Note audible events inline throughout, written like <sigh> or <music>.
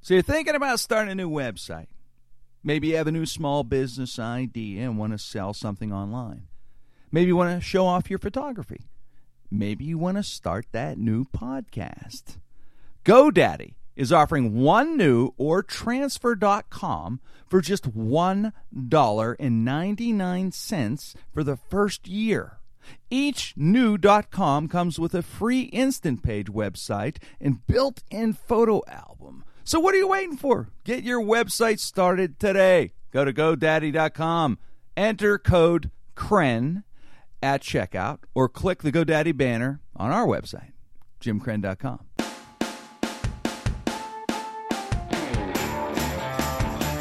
So you're thinking about starting a new website. Maybe you have a new small business idea and want to sell something online. Maybe you want to show off your photography. Maybe you want to start that new podcast. GoDaddy is offering one new or transfer.com for just $1.99 for the first year. Each new .com comes with a free instant page website and built-in photo album. So what are you waiting for? Get your website started today. Go to godaddy.com, enter code CREN at checkout or click the GoDaddy banner on our website, jimcren.com.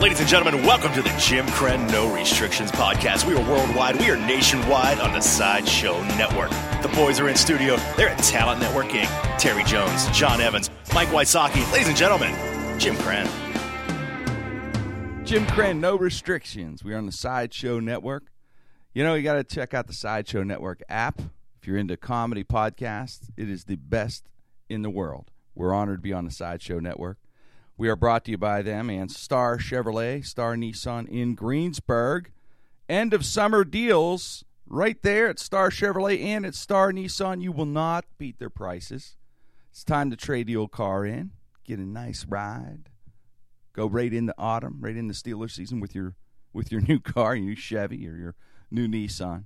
Ladies and gentlemen, welcome to the Jim Crenn No Restrictions Podcast. We are worldwide, we are nationwide on the Sideshow Network. The boys are in studio. They're at Talent Network Inc. Terry Jones, John Evans, Mike Wysocki. Ladies and gentlemen, Jim Crenn. Jim Crenn, no restrictions. We're on the Sideshow Network. You know, you got to check out the Sideshow Network app if you're into comedy podcasts. It is the best in the world. We're honored to be on the Sideshow Network. We are brought to you by them and Star Chevrolet, Star Nissan in Greensburg. End of summer deals right there at Star Chevrolet and at Star Nissan. You will not beat their prices. It's time to trade the old car in, get a nice ride, go right into autumn, right into Steeler season with your with your <laughs> new car, your new Chevy or your new Nissan,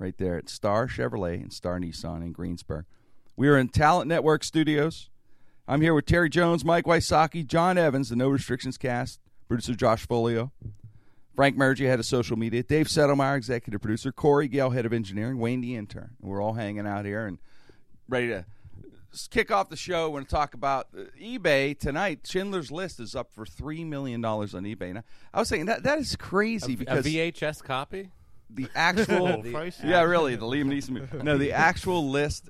right there at Star Chevrolet and Star Nissan in Greensburg. We are in Talent Network Studios. I'm here with Terry Jones, Mike Wysocki, John Evans, the No Restrictions cast, producer Josh Folio, Frank Mergy, head of social media, Dave Settlemeyer, executive producer, Corey Gale, head of engineering, Wayne the intern. We're all hanging out here and ready to kick off the show. We're going to talk about uh, eBay tonight. Schindler's List is up for $3 million on eBay. Now, I was saying that that is crazy because a VHS copy. the actual yeah really the Liam Neeson movie. no the actual list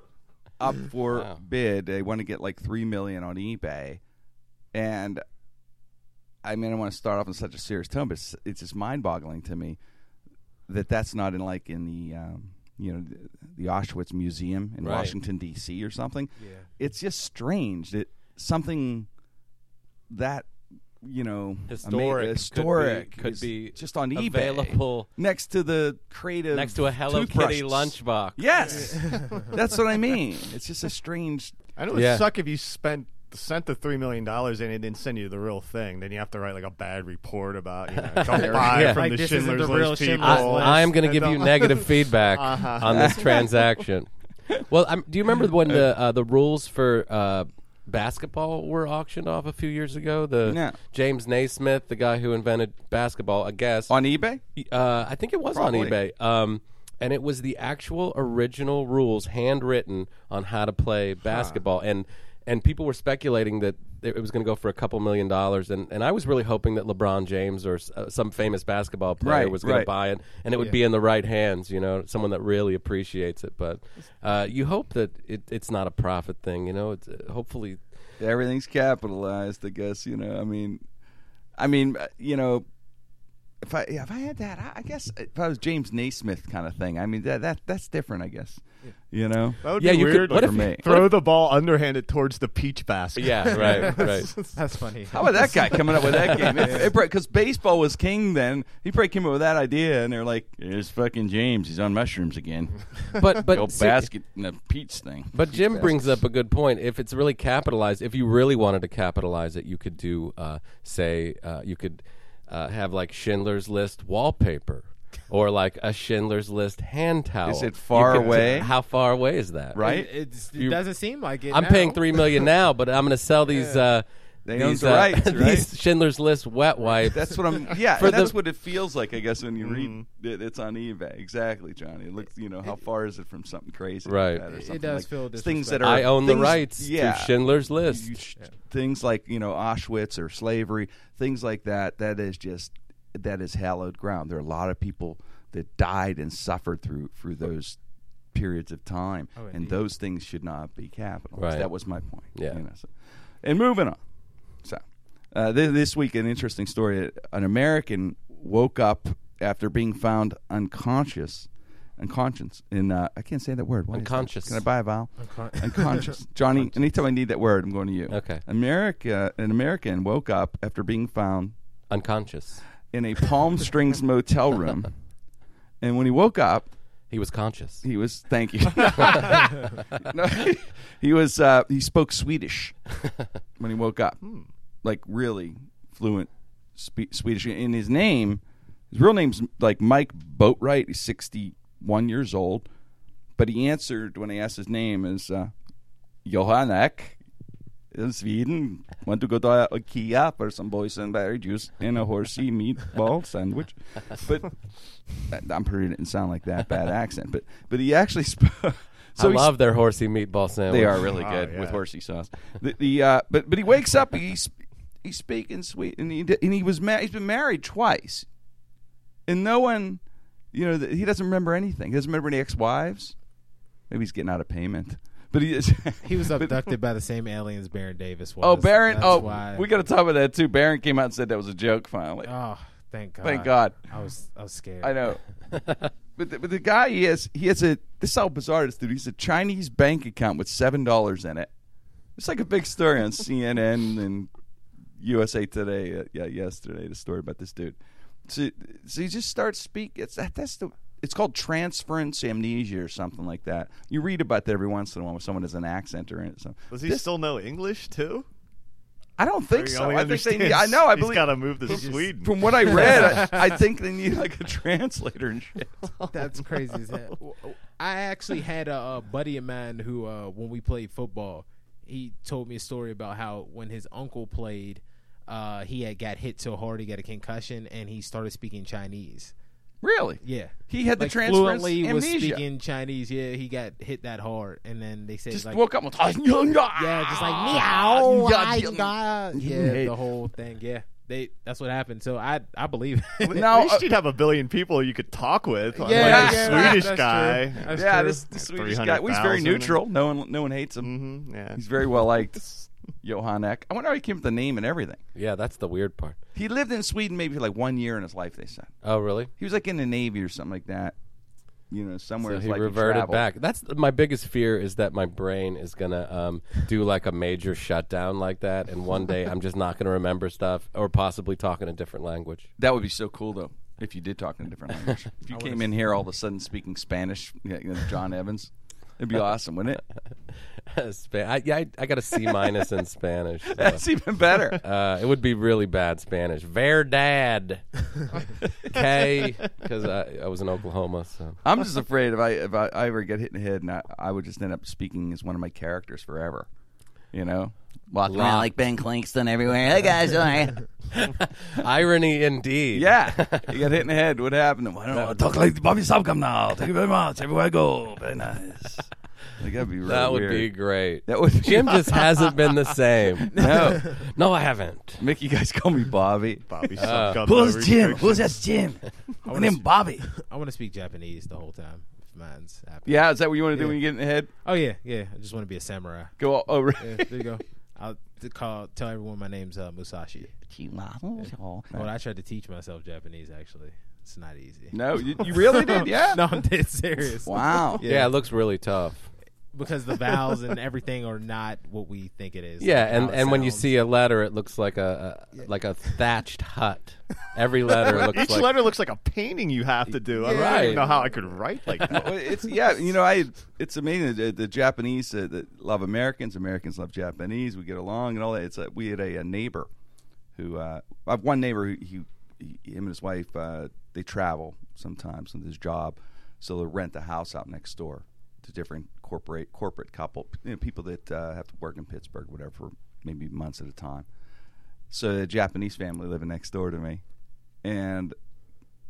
up for bid they want to get like three million on eBay and I mean I want to start off in such a serious tone but it's, it's just mind boggling to me that that's not in like in the um, you know the, the Auschwitz Museum in Right. Washington D.C. or something it's just strange that something that you know ama- Historic could be- historic could is be just on eBay available. next to the creative Next to a Hello toothbrushes. Kitty lunchbox. Yes, that's what I mean. It's just a strange. I know it would Yeah. suck if you spent sent the three million dollars and it didn't send you the real thing. Then you have to write like a bad report about you know, don't buy Yeah. from Like, the this isn't Schindler's the real List people. Schindler's List. I, am going to Oh, I give you <laughs> don't- negative feedback on this transaction. Well, I'm, do you remember when the uh, the rules for uh, basketball were auctioned off a few years ago? The No. James Naismith, the guy who invented basketball, I guess. On eBay, uh, I think it was on Probably. eBay. Um, and it was the actual original rules, handwritten on how to play basketball, and and people were speculating that it it was going to go for a couple million dollars, and, and I was really hoping that LeBron James or s- uh, some famous basketball player Right, was going right. to buy it, and it would be in the right hands, you know, someone that really appreciates it. But uh, you hope that it, it's not a profit thing, you know. It's, uh, hopefully, everything's capitalized. I guess you know. I mean, I mean, uh, you know, if I yeah, if I had that, I, I guess if I was James Naismith kind of thing. I mean, that that that's different. I guess you know. That would Yeah, be you could- weird. what like, if <laughs> you- throw the ball underhanded towards the peach basket? yeah, right, right. That's funny. How about that guy coming up with that game? Because baseball was king then. He probably came up with that idea, and they're like, "Here's fucking James. He's on mushrooms again. But but Go <laughs> see- basket and a peach thing." But Jim brings up a good point. If it's really capitalized, if you really wanted to capitalize it, you could do, uh, say, uh, you could uh, have like Schindler's List wallpaper, or like a Schindler's List hand towel. it far You could- away? <laughs> How far away is that? Right? It's, it doesn't seem like it. I'm now. paying three million now, but I'm going to sell these. Uh, They own these, the uh, <laughs> rights, right? these Schindler's List wet wipes. That's what <laughs> I'm. Yeah, For and that's the- Mm. what it feels like, I guess, when you read it. It's on eBay, exactly, Johnny. It looks, you know, how far is it from something crazy? like Right. that or It something does like- feel things that are. I own the things- rights yeah, to Schindler's List. you sh- Things like you know Auschwitz or slavery, things like that. That is just that is hallowed ground. There are a lot of people that died and suffered through through those periods of time, and those things should not be capitalized. Oh, Right. That was my point. Yeah. you know, so. And moving on. So, uh, this, this week, an interesting story. An American woke up after being found unconscious unconscious. In uh, I can't say that word. Why is that? Unconscious. Can I buy a vowel? unconscious. Johnny, anytime I need that word, I'm going to you. Okay. America, an American woke up after being found Unconscious. in a Palm Springs motel room, and when he woke up, He was conscious. he was thank you. No, he was uh, he spoke Swedish when he woke up, like really fluent spe- Swedish. In his name, his real name's like Mike Boatwright. He's sixty one years old, but he answered when I asked his name is uh, Johan Ek in Sweden. Want to go to a IKEA for some boysenberry juice and a horsey meatball <laughs> sandwich. But <laughs> I- I'm pretty didn't sound like that bad accent. But but he actually <laughs> spoke. I love their horsey meatball sandwich. They are really good with horsey sauce. The, the uh, but but he wakes up. He's he's speaking sweet, and he did- and he was ma- he's been married twice, and no one, you know, th he doesn't remember anything. He doesn't remember any ex-wives. Maybe he's getting out of payment. But he is. <laughs> He was abducted by the same aliens Baron Davis was. oh, Barron. That's oh, why- we got to talk about that too. Barron came out and said that was a joke. Finally, Oh, thank God. thank God. I was I was scared. I <laughs> know. but, the, but the guy he has he has a this is how bizarre this dude. He's a Chinese bank account with seven dollars in it. It's like a big story on CNN and USA Today. Uh, yeah, yesterday the story about this dude. So, so he just starts speak. It's that, that's the. It's called transference amnesia or something like that. You read about that every once in a while when someone has an accent or something. Does he This- still know English too? I don't Or think he so. only I think they need, understands I know. I he's believe got to move to Sweden. from what I <laughs> read, I, I think they need like a translator and shit. <laughs> That's crazy as hell. <laughs> W- w- I actually had a, uh buddy of mine who, uh, when we played football, he told me a story about how when his uncle played, uh, he had got hit so hard he got a concussion and he started speaking Chinese. Really? Yeah. He had Like, the transference fluently was amnesia. speaking Chinese. Yeah, he got hit that hard, and then they said just like, woke up with yeah, yeah, just like meow, Ah. <laughs> Yeah, I yeah. <laughs> got-" Hey. yeah, the whole thing. Yeah, they that's what happened. So I I believe. <laughs> it. Now, At least uh, you'd have a billion people you could talk with. Yeah, yeah, like yeah, a Swedish that's guy. true. That's yeah. true. This, this Swedish guy. 300,000. Well, he's very neutral. No one, no one hates him. Mm-hmm. Mhm, yeah. He's very well liked. Johan Eck. I wonder how he came up with the name and everything. Yeah, that's the weird part. He lived in Sweden maybe for like one year in his life. They said Oh, really? he was like in the navy or something like that. You know, somewhere So it's he like he reverted traveled. back. That's my biggest fear is that my brain is gonna um, do like a major shutdown like that, and one day I'm just not gonna remember stuff or possibly talk in a different language. <laughs> That would be so cool though. If you did talk in a different language, if you came in here all of a sudden speaking Spanish, yeah, you know, John Evans, it'd <laughs> be awesome, wouldn't it? Spa- I, yeah, I, I got a C minus <laughs> in Spanish. so, <laughs> That's even better. uh, it would be really bad Spanish. <laughs> Verdad. K, because I, I was in Oklahoma. <laughs> So I'm just afraid if I if I, I ever get hit in the head, and I, I would just end up speaking as one of my characters forever. You know, walking around like Ben Clankston everywhere. Hey guys, <laughs> irony indeed. yeah, you get hit in the head. What happened? I don't know. Talk like Bobby Sobcom now. Thank you very much. Everywhere I go, very nice. Like, that'd be really that would weird. be great. That would be- Jim just hasn't been the same. <laughs> no. no, I haven't. Mickey, you guys call me Bobby. <laughs> Bobby Uh, Suckup, no restriction. that Jim? <laughs> My name's Bobby. I want to speak Japanese the whole time. If mine's happening. Yeah, is that what you want to do when you get in the head? Oh yeah, yeah. I just want to be a samurai. Go all over. Yeah, there you go. I'll t- call tell everyone my name's uh, Musashi. Oh. Well, I tried to teach myself Japanese. Actually, it's not easy. <laughs> No, you, you really <laughs> <laughs> did, yeah. no, I'm dead serious. Wow. Yeah. it looks really tough. Because the vowels and everything are not what we think it is. Yeah, Like, and, how it and when you sounds. see a letter, it looks like a, a like a thatched hut. Every letter looks Each like letter looks like a painting you have to do. I don't Right. even know how I could write <laughs> like that. <laughs> Well, it's yeah, you know, I it's amazing the, the Japanese uh, that love Americans, Americans love Japanese. We get along and all that. It's uh we had a, a neighbor who uh, I have one neighbor who he, he, him and his wife uh, they travel sometimes with his job, so they will rent the house out next door to different corporate corporate couple you know, people that uh, have to work in Pittsburgh, whatever, for maybe months at a time. So a Japanese family living next door to me, and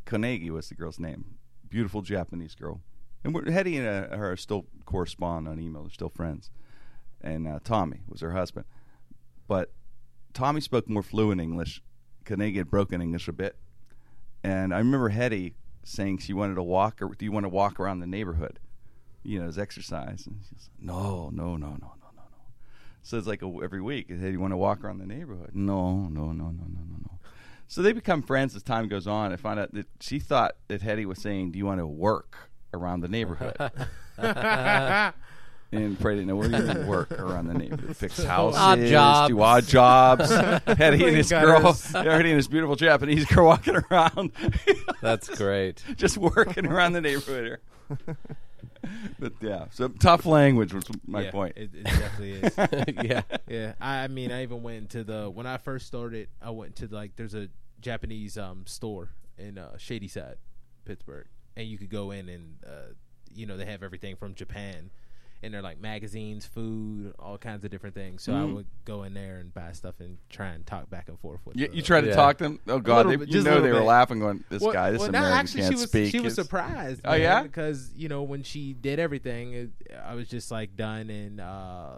Konegi was the girl's name. Beautiful Japanese girl. And we're, Hetty and uh, her still correspond on email. They're still friends. And uh, Tommy was her husband. But Tommy spoke more fluent English. Konegi had broken English a bit. And I remember Hetty saying she wanted to walk, or do you want to walk around the neighborhood? You know, as exercise. And she's like, no, no, no, no, no, no, no. So it's like a, every week, hey, you want to walk around the neighborhood? No, no, no, no, no, no, no. So they become friends as time goes on. I find out that she thought that Hetty was saying, "Do you want to work around the neighborhood. and Prey didn't know where he would work around the neighborhood. Fix houses, jobs. do odd <laughs> jobs. had he and his Clean girl, <laughs> gutters. had he and his beautiful Japanese girl walking around, <laughs> That's great. just working around the neighborhood here. But yeah, so tough language was my Yeah, point. It, it definitely is. <laughs> yeah. yeah, I, I mean, I even went into the when I first started. I went to like there's a Japanese um store in uh, Shady Side, Pittsburgh, and you could go in and uh, you know they have everything from Japan, and they're like magazines, food, all kinds of different things. So I Mm-hmm. would go in there and buy stuff and try and talk back and forth with. You, the- you tried to Yeah. talk to them. Oh God, little they, bit, you just a know little they were bit. laughing, going, "This Well- guy, this well, no, American actually, can't she was, speak." She was <laughs> It's- surprised. Oh, man, yeah? because you know when she did everything, it, I was just like done and uh,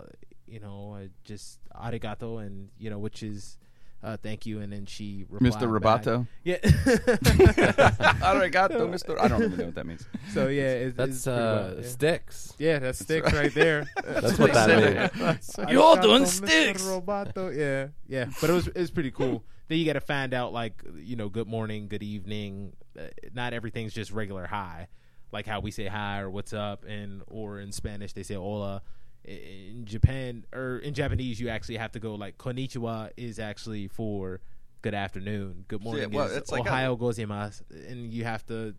you know I just arigato and you know which is uh, thank you and then she replied Mr. back. Roboto? <laughs> Yeah. Arigato, Mister. I don't even know what that means. so yeah, it's, it's That's pretty uh, wild, yeah. sticks. Yeah, that sticks right there. That's what that means. <laughs> You're doing sticks. Roboto. Yeah. yeah, but it was it's pretty cool. then you got to find out like you know, good morning, good evening. Uh, not everything's just regular hi, like how we say hi or what's up, and or in Spanish they say hola. I- In Japan or in Japanese, you actually have to go like konnichiwa is actually for good afternoon, good morning. well, is it's like a- Ohio gozaimasu, and you have to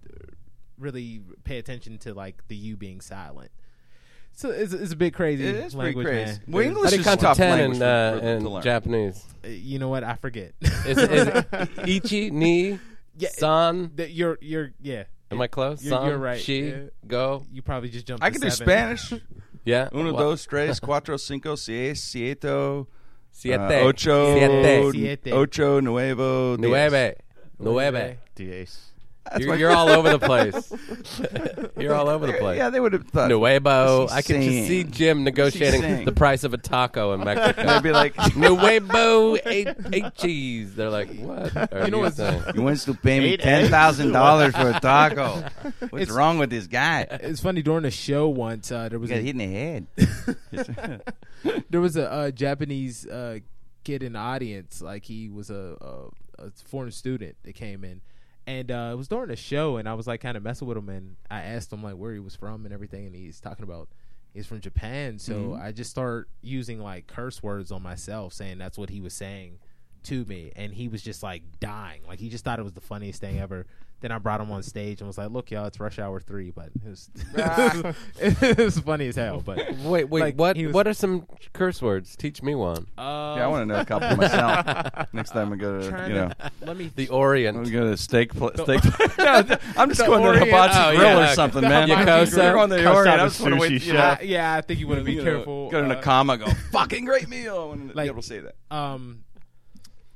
really pay attention to like the you being silent. So it's, it's a bit crazy. It is pretty language, crazy. man. Well, How English do you is tough count to ten language in, for- uh, for- to in learn. Japanese? Uh, You know what? I forget. Is, is ichi ni Yeah, san? <laughs> that you're you're yeah. Am I close? You're- san, you're right, She yeah. go. You probably just jumped. I to can do seven. Spanish. Yeah. Uno, Well, dos, tres, cuatro, cinco, seis, siete, Siete. uh, ocho, Siete. Siete. ocho, nuevo, diez. Nueve. Nueve. Diez. That's You're, what- you're all over the place. <laughs> you're <laughs> all over the place. Yeah, they would have thought. Nuevo. What's he I can saying? just see Jim saying? negotiating the price of a taco <laughs> in Mexico. I'd be like, Nuevo eight, eight cheese. They're like, what? Are you know what's saying? "You wants to pay me ten thousand dollars for a <laughs> taco? What's wrong with this guy? It's funny during a show once uh, there was He got a, hit in the head." there was a uh, Japanese uh, kid in the audience. Like he was a, a, a foreign student that came in, and uh, it was during a show. And I was like kind of messing with him, and I asked him like where he was from and everything, and he's talking about he's from Japan. So I just start using like curse words on myself, saying that's what he was saying to me, and he was just like dying. Like he just thought it was the funniest thing ever. Then I brought him on stage and was like, "Look, y'all, it's Rush Hour Three, but it was, <laughs> it was funny as hell." But Wait, wait. Like, what? he was- what are some curse words? Teach me one. uh, Yeah, I want to know a couple myself. Next time we go to, trying you know, to <laughs> let me The we Orient. go to steak pla- steak. no, th- I'm just going to Orient- Hibachi oh, Grill yeah, or okay. something, The man. Hibachi You're on Grill. the Orient. I Costa just want to sushi wait. You know, chef. I- yeah, I think you want to <laughs> be you know, careful. Go to uh, Nakama. Go fucking great meal. I want to Like- be able to say that. um,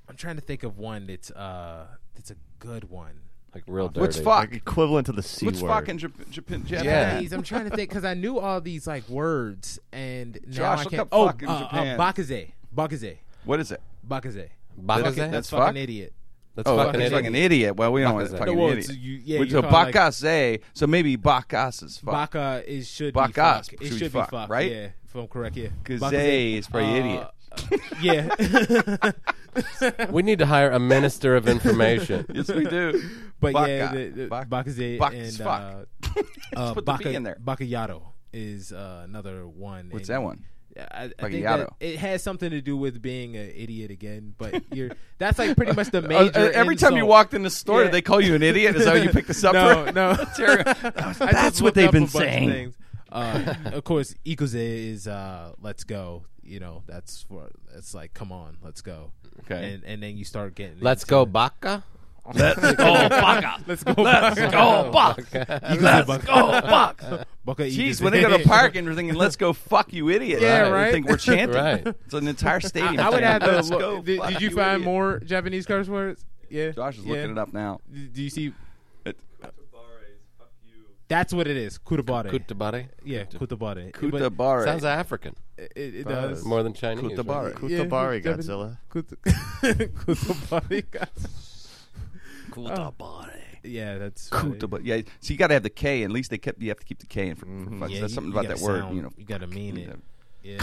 I'm trying to think of one that's uh that's a good one. Like real dirty. What's fuck? Like equivalent to the C What's word. fucking Jap- Japan? Japan? Yeah. Japanese, I'm trying to think because I knew all these like words and now Josh, I look can't. up oh, fuck in uh, Japan. Uh, bakaze, bakaze, What is it? bakaze. Bakaze? That's- That's that's fucking fuck? idiot. That's Oh, fucking he's idiot. like an idiot. Well, we don't want Bakase. fucking No, well, idiot. it's- you- yeah, Which- you so call it like- bakase. so maybe bakas is fuck. Baka is should be Bakas fuck. It should be fuck, right? Yeah, if I'm correct, yeah. Kaze is for idiot. idiot. Uh, Yeah, <laughs> <laughs> we need to hire a minister of information. Yes, we do. <laughs> but Baka. yeah, the, the, Bak- bakaze Bak is and fuck. uh, uh, put the B baka- in there. Bakayado is uh, another one. What's and- that one? I, I Like a think yaddo. that it has something to do with being an idiot again, but you're that's like pretty <laughs> much the Uh, major. uh, every time you insult. walked in the store, Yeah. did they call you an idiot? Is that what you picked this up <laughs> no, for? <laughs> no, Terry, <laughs> I That's just what looked they've up a been bunch of saying. things. Uh, of course, ikuze is uh, let's go. You know, that's for it's like come on, let's go. Okay. and and then you start getting Let's into go, it. Baka. Let's go. Let's go. Buck. Let's go. Buck. Jeez, when they <laughs> <laughs> go to park and they're thinking, "Let's go, fuck you, idiot!" Yeah, They <laughs> right. think we're chanting. Right. It's an entire stadium. I would have to. Let's Look, go, did, fuck did you idiot. find more Japanese curse words? Yeah. Josh is yeah. looking it up now. D- Do you see? It- That's what it is. Kutabare. Kutabare. yeah, kutabare. Kutabare. Sounds African. But It, it does. More than Chinese. Kutabare. right? Yeah, Kutabari Japanese- Godzilla. Kut- <laughs> kutabare. <laughs> Kutabare. Yeah, that's. funny. Kutabare. Yeah, so you got to have the K. At least they kept. You have to keep the K in for, for fun. Mm-hmm. Yeah, There's you- something you about that gotta word. sound- You know, you gotta mean it. <laughs> Yeah.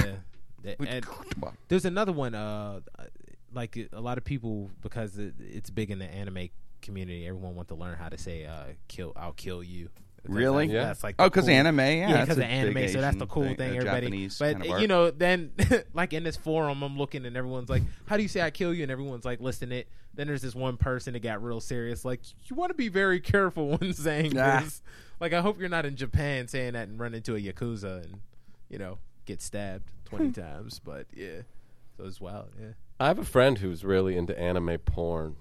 That- and- Kutabare. There's another one. Uh, like a lot of people because it, it's big in the anime community. Everyone wants to learn how to say uh, "kill." I'll kill you. Really? Yeah. That's like Oh, the 'cause cool- anime, yeah, yeah, that's because a of anime. big So that's the Asian cool thing, thing. a everybody, Japanese but kind of you art. know, then <laughs> like in this forum, I'm looking and everyone's like, "How do you say I kill you?" And everyone's like, "Listen it." Then there's this one person that got real serious. Like, you want to be very careful when <laughs> saying Nah. this. Like, I hope you're not in Japan saying that and run into a yakuza and you know get stabbed twenty Hmm. times. But yeah, so it's wild. Yeah. I have a friend who's really into anime porn.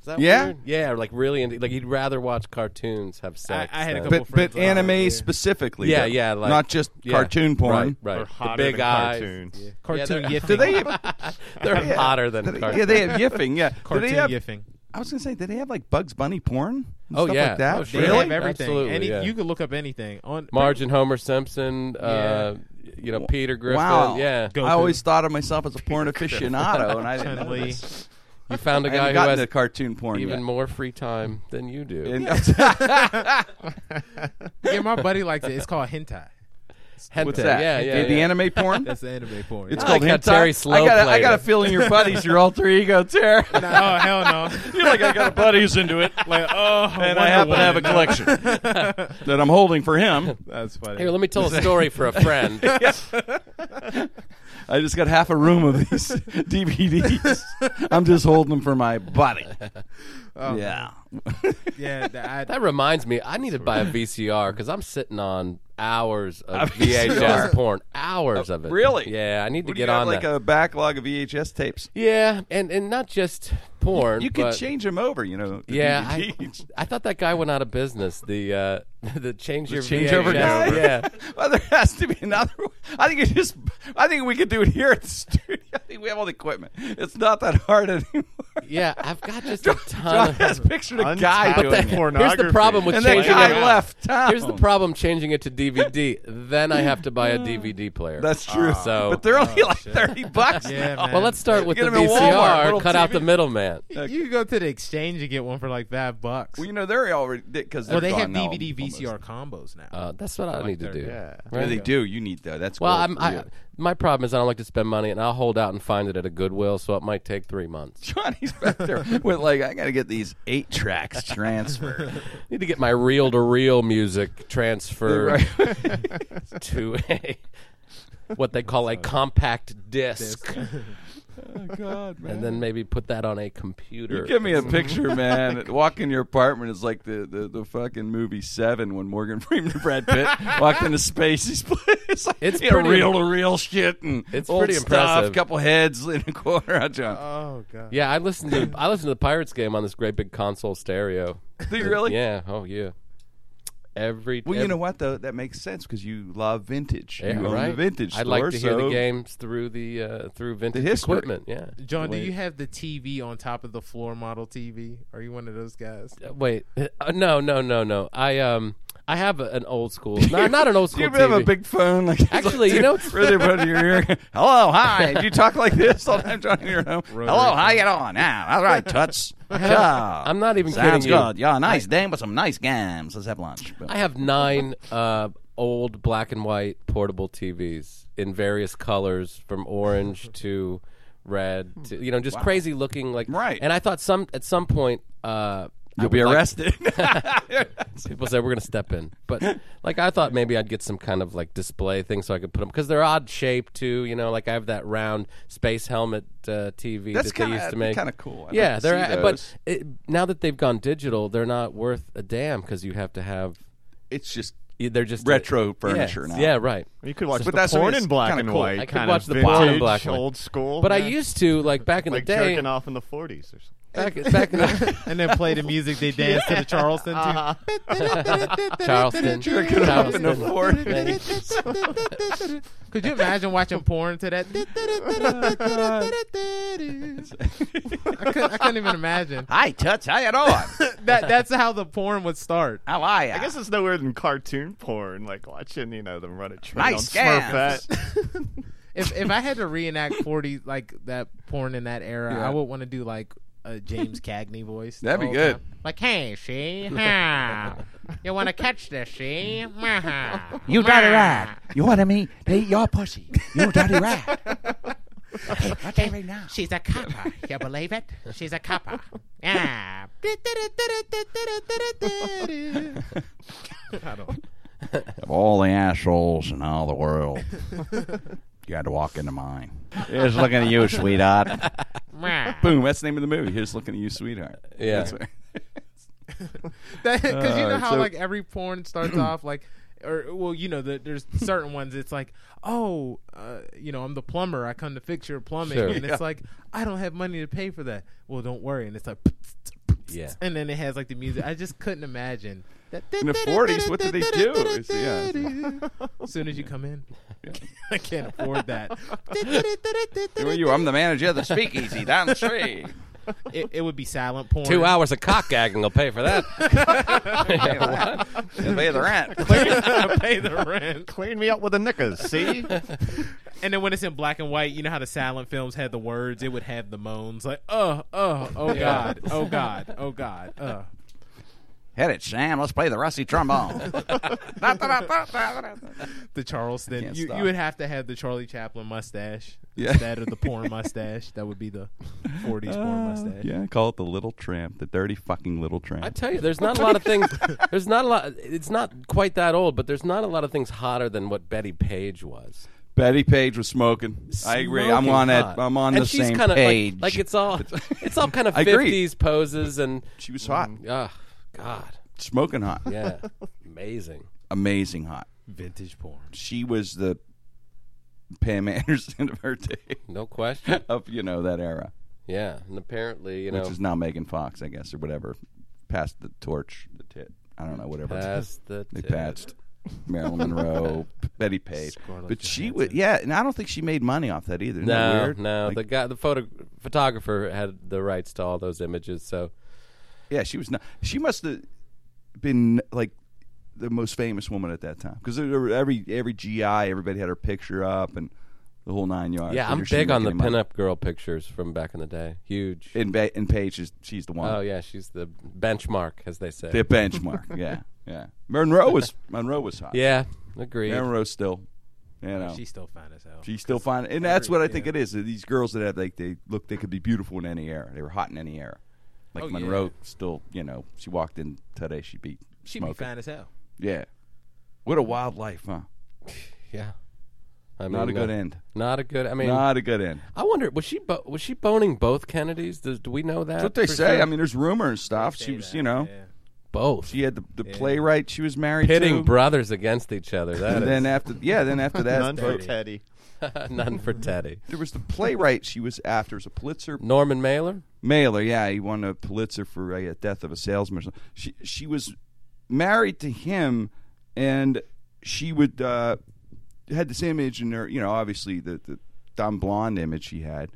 Is that Yeah? weird? Yeah, or like really into like he'd rather watch cartoons have sex. I had a than- couple- But but friends like that, anime yeah. specifically. yeah, though, yeah, like not just yeah, cartoon porn. Right, right. They're The hotter big than eyes. cartoons. <laughs> Cartoon they're- <laughs> yiffing. Do they? Have, They're Yeah. hotter than cartoons. yeah, they have yiffing. Yeah, Do cartoon they have, yiffing. I was gonna say, do they have like Bugs Bunny porn? And Oh, stuff yeah. like that. Oh, They sure. really? have everything. Absolutely, Any, yeah. You can look up anything on Marge and Homer Simpson, uh, you know, Peter Griffin. Wow. Yeah. Go- Goku. I always thought of myself as a porn aficionado, and I <laughs> didn't Chun know Li. this. You found a I guy haven't who gotten has to cartoon porn even yet. more free time than you do. <laughs> And- Yeah, my buddy likes it. It's called hentai. Hentai. what's that? Yeah, yeah. the, the yeah. Ah, anime porn. That's the anime porn. It's I called like how hentai. Terry I got, a, I got slow-played a it. feeling your buddy's your alter ego, <laughs> Terry. oh hell no! <laughs> You're like I got a buddy's into it, <laughs> Like oh, and I happen to have a collection <laughs> <laughs> that I'm holding for him. That's funny. Here, let me tell a story for <laughs> a friend. I just got half a room of these <laughs> DVDs. I'm just holding them for my <laughs> buddy. Oh, yeah. yeah, the, I, <laughs> That reminds me, I need to buy a VCR because I'm sitting on hours of A VCR. VHS porn. Hours of it. Oh, really? Yeah, I need to you get have, on like that. a backlog of VHS tapes. yeah, and, and not just porn. You could but- change them over, you know. to <laughs> Yeah, I, DVDs. I thought that guy went out of business. The uh, <laughs> the change your changeover <laughs> VHS. guy? Yeah, well, there has to be another. One. I think it just. I think we could do it here at the <laughs> studio. I think we have all the equipment. It's not that hard <laughs> anymore. yeah. I've <laughs> got just a ton. John of... <laughs> has pictured a Untapped guy doing it. Here's the problem with And that changing guy it. left town. Here's the problem changing it to DVD. then I have to buy a DVD player. That's true. Oh, So- but they're only like thirty bucks. yeah, now. man. well, let's start with Get the him in Walmart, little VCR. Cut out TV. <laughs> the middleman. You can go to the exchange and get one for like five bucks. Well, you know they're already because Well, they have DVD VCR combos now. Uh, that's what I need to do. yeah. Yeah, Right? they do. You need though. That's Well, gold I'm, for I, you. my problem is I don't like to spend money, and I'll hold out and find it at a Goodwill, so it might take three months. <laughs> Johnny's back there with like I got to get these eight <laughs> tracks transferred. I need to get my <laughs> reel-to-reel music transferred to <laughs> a what they call a compact disc, <laughs> oh God, man. and then maybe put that on a computer. Give me a picture, man. Walk in your apartment is like the, the, the fucking movie Seven when Morgan <laughs> Freeman and Brad Pitt walked into Spacey's <laughs> place. It's you know, pretty- real to real shit and It's old pretty stuff. impressive. Couple heads in a corner. <laughs> Oh, John, Oh god. Yeah, I listened to I listened to the Pirates game on this great big console stereo. do you <laughs> really? Yeah. Oh yeah. Every Well, you ev- know what though, that makes sense because you love vintage. yeah, you own right? the vintage I'd store, like to hear so the games through the uh, through vintage history. equipment. Yeah. John, do Wait. you have the TV on top of the floor model TV? Are you one of those guys? <laughs> Wait. Uh, no, no, no, no. I um I have a- an <laughs> old school. Not, not an old Do school you ever have a TV. big phone? Like Actually, you know- <laughs> really put in your <laughs> ear. Hello, hi. Do you talk like this all the time, John? in your home? Hello, how you doing? Now, all <laughs> right, touch. I'm not even Sounds kidding you. good. Yeah, nice day with some nice games. Let's have lunch. I <laughs> have nine uh, old black and white portable TVs in various colors, from <laughs> orange to red to you know just crazy looking like. Hmm. Right. And I thought some at some point uh, I You'll be would like- arrested. people said we're going to step in, <laughs> but like I thought maybe I'd get some kind of like display thing so I could put them because they're odd shape too. You know, like I have that round space helmet uh, TV That's that they kinda- used to make. kinda cool. I'd yeah, like to they're see those. but it, now that they've gone digital, they're not worth a damn because you have to have <laughs> it's just they're just retro Yeah. furniture now. Yeah, right. You could watch But the that's what porn it's in black kinda and cool. white. I could kind watch of the porn in vintage, black and white. old school. But I Yeah. used to like back in like the day. jerking off in the 40s or something. Back, back <laughs> in the <laughs> And then play the music they dance to the Charleston to. Uh-huh. <laughs> <laughs> Charleston, Jerking it up in the <laughs> Charleston. fort. Could you imagine watching porn <laughs> to that? <laughs> I, could, I couldn't even imagine. Hi, Tuts. How you doing? <laughs> That that's how the porn would start. How are you? I guess it's no weirder than cartoon porn, like watching, you know, them run a train Nice on scams. Smurfette. If if I had to reenact forty like that porn in that era, Yeah. I would want to do like a James Cagney voice. <laughs> the That'd be whole good. time. Like, hey, she, huh? you want to catch this, she? You dirty rat. You want to mean they eat your pussy. You dirty <laughs> rat. What's that right now? She's a copper. You believe it? She's a copper. Yeah. I don't. Of all the assholes in all the world, you had to walk into mine. Here's looking at you, sweetheart. <laughs> Boom. That's the name of the movie. Here's looking at you, sweetheart. Yeah. That's right. <laughs> Because you know Alright, how Uh, so- like every <clears throat> porn starts off like, or well, you know, the, there's certain ones. It's like, oh, uh, you know, I'm the plumber. I come to fix your plumbing, Sure. and Yeah. it's like, I don't have money to pay for that. Well, don't worry. And it's like, Yeah. <laughs> and then it has like the music. I just couldn't imagine. In the 40s, what did they do? It's- <laughs> yeah. As soon as you come in, <laughs> I can't <laughs> afford that. <laughs> Who are you? I'm the manager of the speakeasy down the <laughs> street. It, it would be silent porn. Two <laughs> hours of cock gagging will pay for that. Pay the rent. Pay the rent. to pay the <laughs> <laughs> rent. Clean me up with the knickers, <laughs> see? <laughs> And then when it's in black and white, you know how the silent films had the words, it would have the moans like, oh, oh, oh god, oh god, oh god, uh. Hit it, Sam. Let's play the rusty trombone. The Charleston, Can't you, stop. you would have to have the Charlie Chaplin mustache Yeah. instead of the porn mustache. That would be the '40s porn mustache. Uh, yeah, call it the little tramp, the dirty fucking little I tramp. tell you, there's not a lot of things. There's not a lot. It's not quite that old, but there's not a lot of things hotter than what Betty Page was. Betty Page was smoking. I agree. I'm Smoking on hot. that. I'm on and the she's same kinda page. Like, like <laughs> it's all, it's all kind of I agree. fifties poses and, she was hot, ah, God, Mm-hmm. smoking hot, yeah, amazing. amazing hot. Vintage porn. She was the Pam <laughs> Anderson of her day, No question. <laughs> of you know that era, Yeah, and apparently, you know, which is now Megan Fox, I guess, or whatever. Passed the torch, the tit. I don't know, whatever. that's the They tip. patched Marilyn Monroe, Betty Page, but she was yeah, and I don't think she made money off that either. Isn't that No, weird? no, Like, the guy, the photo photographer had the rights to all those images, so yeah, she was not. She must have been like the most famous woman at that time because every every GI, everybody had her picture up and the whole nine yards. yeah, I'm Figure she big on the making money. pinup girl pictures from back in the day. Huge. And, ba- and Page is she's the one. oh yeah, she's the benchmark, as they say. The benchmark. yeah, <laughs> yeah. Monroe was Monroe was hot. Yeah, agreed. Monroe still, you know. She's still fine as hell. She still fine, and that's what I think it is. that These girls that have like they look, they could be beautiful in any era. They were hot in any era. Like Oh, yeah. Monroe, still, you know, she walked in today, she'd be She'd smoking. be fine as hell. Yeah, what a wild life, huh? Yeah, I mean, Not a good uh, end. Not a good. I mean, Not a good end. I wonder was she bo- was she boning both Kennedys? Does, do we know that? That's what they uh, for say. sure? I mean, there's rumor and stuff. Say She was, that, you know, yeah. both she had the, the playwright she was married pitting to. brothers against <laughs> each other. That and is then after, yeah, then after that, None for there Teddy. <laughs> none <laughs> for Teddy. was the playwright she was after. It was a Pulitzer Norman Mailer. Mailer, yeah, he won a Pulitzer for a Death of a Salesman. Or something. She she was married to him, and she would uh, had this image in her, you know, obviously the the dumb blonde image she had,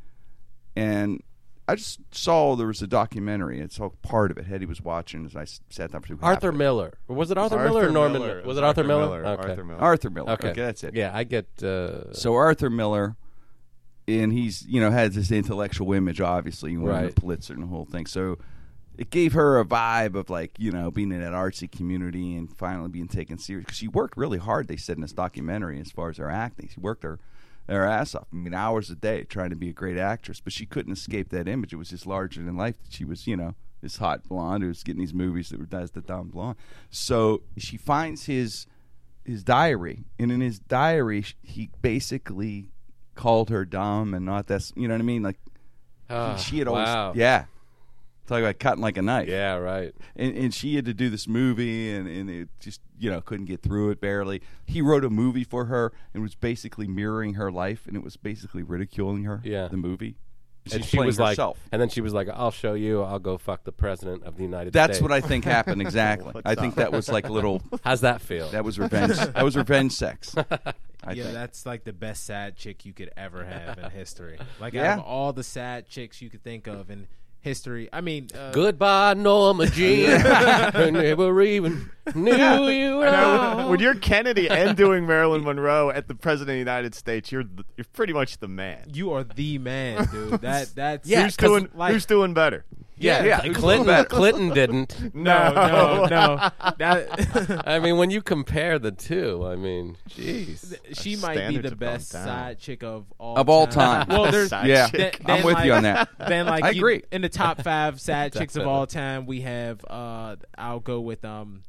and I just saw there was a documentary. It's all part of it. Hetty was watching as I s- sat down for two Arthur Miller. Or was it Arthur, Miller or Norman? Was it Arthur, Miller? Okay. Arthur Miller. Arthur Miller. Okay. Okay. that's it. Yeah, I get. Uh, So Arthur Miller, and he's you know has this intellectual image, obviously, you won Right. the Pulitzer and the whole thing. So it gave her a vibe of like you know being in that artsy community and finally being taken serious because she worked really hard. They said in this documentary, as far as her acting, she worked her her ass off. I mean, hours a day trying to be a great actress, but she couldn't escape that image. It was just larger than life that she was, you know. This hot blonde who's getting these movies that were does the dumb blonde. So she finds his his diary, and in his diary, sh- he basically called her dumb and not that. You know what I mean? Like ah, she had always, wow. yeah. Talk about cutting like a knife. Yeah, right. And, and she had to do this movie, and, and it just you know couldn't get through it barely. He wrote a movie for her, and was basically mirroring her life, and it was basically ridiculing her. Yeah. the movie. and She's she playing was <laughs> herself. like, and then she was like, "I'll show you. I'll go fuck the president of the United That's States." what I think happened <laughs> exactly. I think that was like a little. How's that feel? That was revenge. that was revenge sex. I yeah, think. that's like the best sad chick you could ever <laughs> have in history. Like out Yeah. of all the sad chicks you could think of in history, I mean, <laughs> uh, <laughs> Goodbye, Norma Jean. <laughs> I never even knew you at all. When you're Kennedy <laughs> and doing Marilyn Monroe at the president of the United States, you're th- you're pretty much the man. You are the man, <laughs> dude. That that's Yeah, who's doing like- Who's doing better? yeah, yeah, like who's Clinton. better? <laughs> Clinton didn't. no, <laughs> no, no. That <laughs> I mean, when you compare the two, I mean, jeez. she might be standards the have gone best down. side chick of all Of all time. <laughs> <laughs> Well, there's Side yeah, chick. Th- I'm then, with you like- on that. then like I you- agree. <laughs> in the top five sad chicks of all time we have uh i'll go with um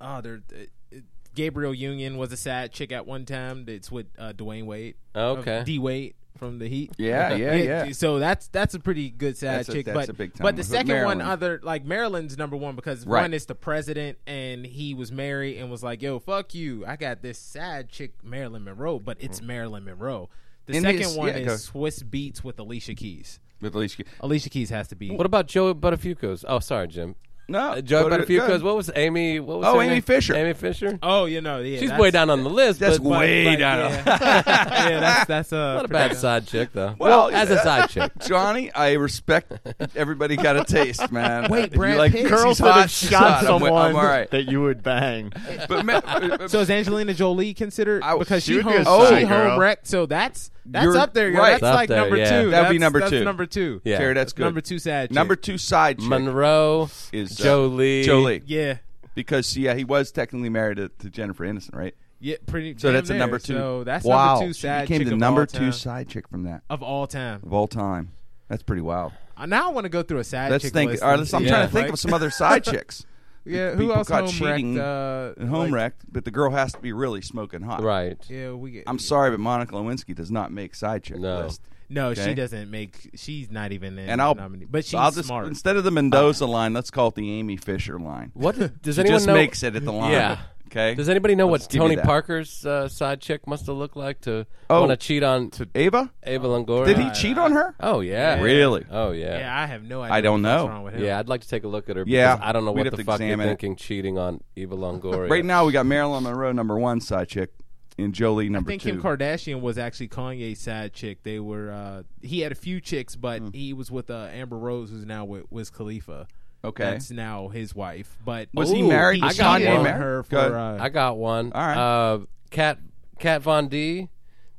oh, they're it, it- Gabriel Union was a sad chick at one time. It's with uh, Dwayne Wade. of Okay. D Wade from the Heat. Yeah, <laughs> yeah, yeah. So that's that's a pretty good sad That's a- chick. that's but a big time but the one. second Maryland. one, other like Maryland's number one because Right. one is the president and he was married and was like, "Yo, fuck you, I got this sad chick Marilyn Monroe," but it's Mm. Marilyn Monroe. The And second his- one yeah, is go. Swiss Beats with Alicia Keys. with Alicia. Keys. Alicia Keys has to be. What about Joe Buttafuoco's? Oh, sorry, Jim. No, Uh, Joe but it- Buttafuoco's. good. What was Amy? What was Oh, her Amy name? Fisher. Amy Fisher. oh, you know, yeah, She's that's- way down on the list. That's but way but- down. Yeah. <laughs> yeah, that's that's uh, Not a pretty bad good. side chick, though. Well, as a yeah. <laughs> side chick. Johnny, I respect. Everybody got a taste, man. Wait, If you Brad like Pitt. girls Girls hot, that have she's shot hot, I'm wi- someone I'm, all right. that you would bang. But ma- uh, but- <laughs> <laughs> So is Angelina Jolie considered I- because she she, would be a home, side she girl. home wrecked? So that's that's You're up there. Yo. right. That's That's up like there, number yeah. That'd two. be That's- number that's two. number two. Yeah. Terry, that's good. number two. Sad. Chick. Number two side chick Monroe is uh, Jolie. Jolie, Yeah. because yeah, he was technically married to, to Jennifer Aniston, right? Yeah. Pretty. So damn that's a near. number two. So that's wow. number two. Sad. she became chick the of number all two time. side chick from that of all time. of all time. That's pretty wild. Uh, Now I want to go through a sad. Let's chick think. List All right, and let's, I'm see. trying Yeah. to think of some other side <laughs> chicks. Yeah. Who people else caught home cheating wrecked? Uh, And home like- wrecked, but the girl has to be really smoking hot. Right. Yeah. We. Get, I'm sorry, but Monica Lewinsky does not make side chick No. list. No, Okay. she doesn't make. She's not even in. And I'll, nominee, but she's I'll just, smart. Uh, Instead of the Mendoza line, let's call it the Amy Fisher line. What did- does She anyone just know? makes it at the line. Yeah. Okay. Does anybody know Let's what give you Tony that. Parker's uh, side chick must have looked like to Oh. want to cheat on Ava? Ava Longoria? Did he cheat on her? Oh yeah. Really? Oh yeah. yeah, I have no idea. I don't what's know. Wrong with him. Yeah, I'd like to take a look at her. Yeah, because I don't know we'd what have the to fuck you're examine it. thinking, cheating on Eva Longoria. Right now, we got Marilyn Monroe number one side chick and Jolie I number think two. Kim Kardashian was actually Kanye's side chick. They were uh he had a few chicks, but Hmm. he was with uh, Amber Rose, who's now with Wiz Khalifa. Okay. that's now his wife. But Was he Ooh, married? I Was got Kanye one. married? her for Good. uh, I got one. All right. Uh, Cat Cat Von D.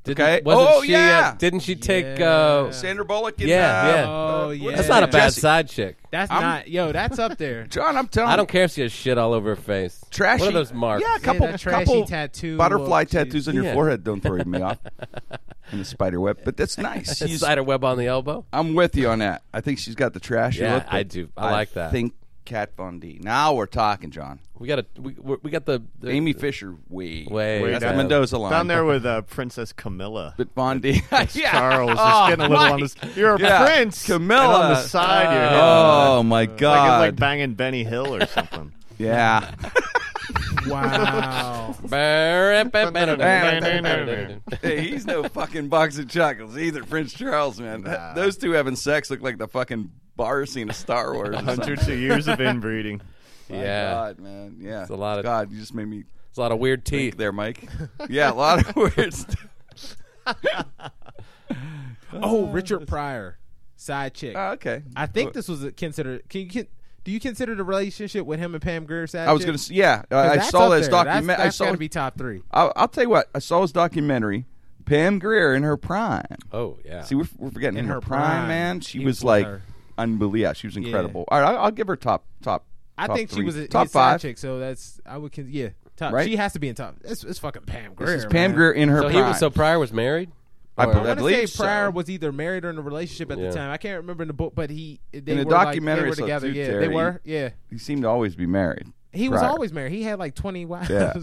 Didn't, Okay. Wasn't Oh, she, yeah! Uh, didn't she take? Yeah. Uh, Sandra Bullock. And, Yeah, uh, yeah. oh uh, yeah, that's not a bad Jesse. side chick. That's I'm- not yo. That's <laughs> up there. John, I'm telling I don't you, care if she has shit all over her face. Trashy. What are those marks? Yeah, a couple, that trashy couple tattoo butterfly look, she- tattoos on your Yeah. forehead don't throw me <laughs> off. And the spider web, but that's nice. She's- Spider web on the elbow. I'm with you on that. I think she's got the trashy Yeah, look. but I do. I like that. Think Kat Von D. Now we're talking, John. We got a we, we we got the, the <laughs> Amy Fisher, way, Way that's down. the Mendoza line. Down there with uh, Princess Camilla. but Von D. <laughs> yeah. Oh, Charles is getting a little on this. You're a Yeah. prince, Camilla. and on the side. you're hitting on Oh my the- like it's God! like banging Benny Hill or <laughs> something. yeah. <laughs> <laughs> Wow. hey, he's no fucking box of chocolates either. Prince Charles, man. Those two having sex look like the fucking bar scene of Star Wars. or something. Hundreds of years of inbreeding. My Yeah, God, man. Yeah. It's a lot of- God. You just made me it's a lot of weird think teeth. there, <laughs> Mike. Yeah, a lot of <laughs> weird stuff. oh, Richard Pryor, side chick. Ah, okay. I think this was a considered. Can you can, do you consider the relationship with him and Pam Grier side? I was chick? going to. Yeah, I- 'Cause I that's saw this up there. That's- document. I That's saw. gotta be top three. I'll, I'll tell you what. I saw his documentary. Pam Greer in her prime. Oh yeah. See, we're, we're forgetting in, In her, her prime, prime. man. She He was, was with like her. unbelievable. Yeah, she was incredible. All right, I'll, I'll give her top top. I top think she three. was a top his five. side chick, so that's I would con- yeah. Top. Right? She has to be in top. It's, it's fucking Pam Grier. This is Pam Greer in her so he prime. was so Pryor was married. I Or- believe- I want to say believe so. Pryor was either married or in a relationship at Yeah. the time. I can't remember in the book, but he they In the were like- documentary, they were it's like, together. dude, yeah, Terry, they were. Yeah, he seemed to always be married. he was Pryor. always married. He had like twenty wives. <laughs> Yeah.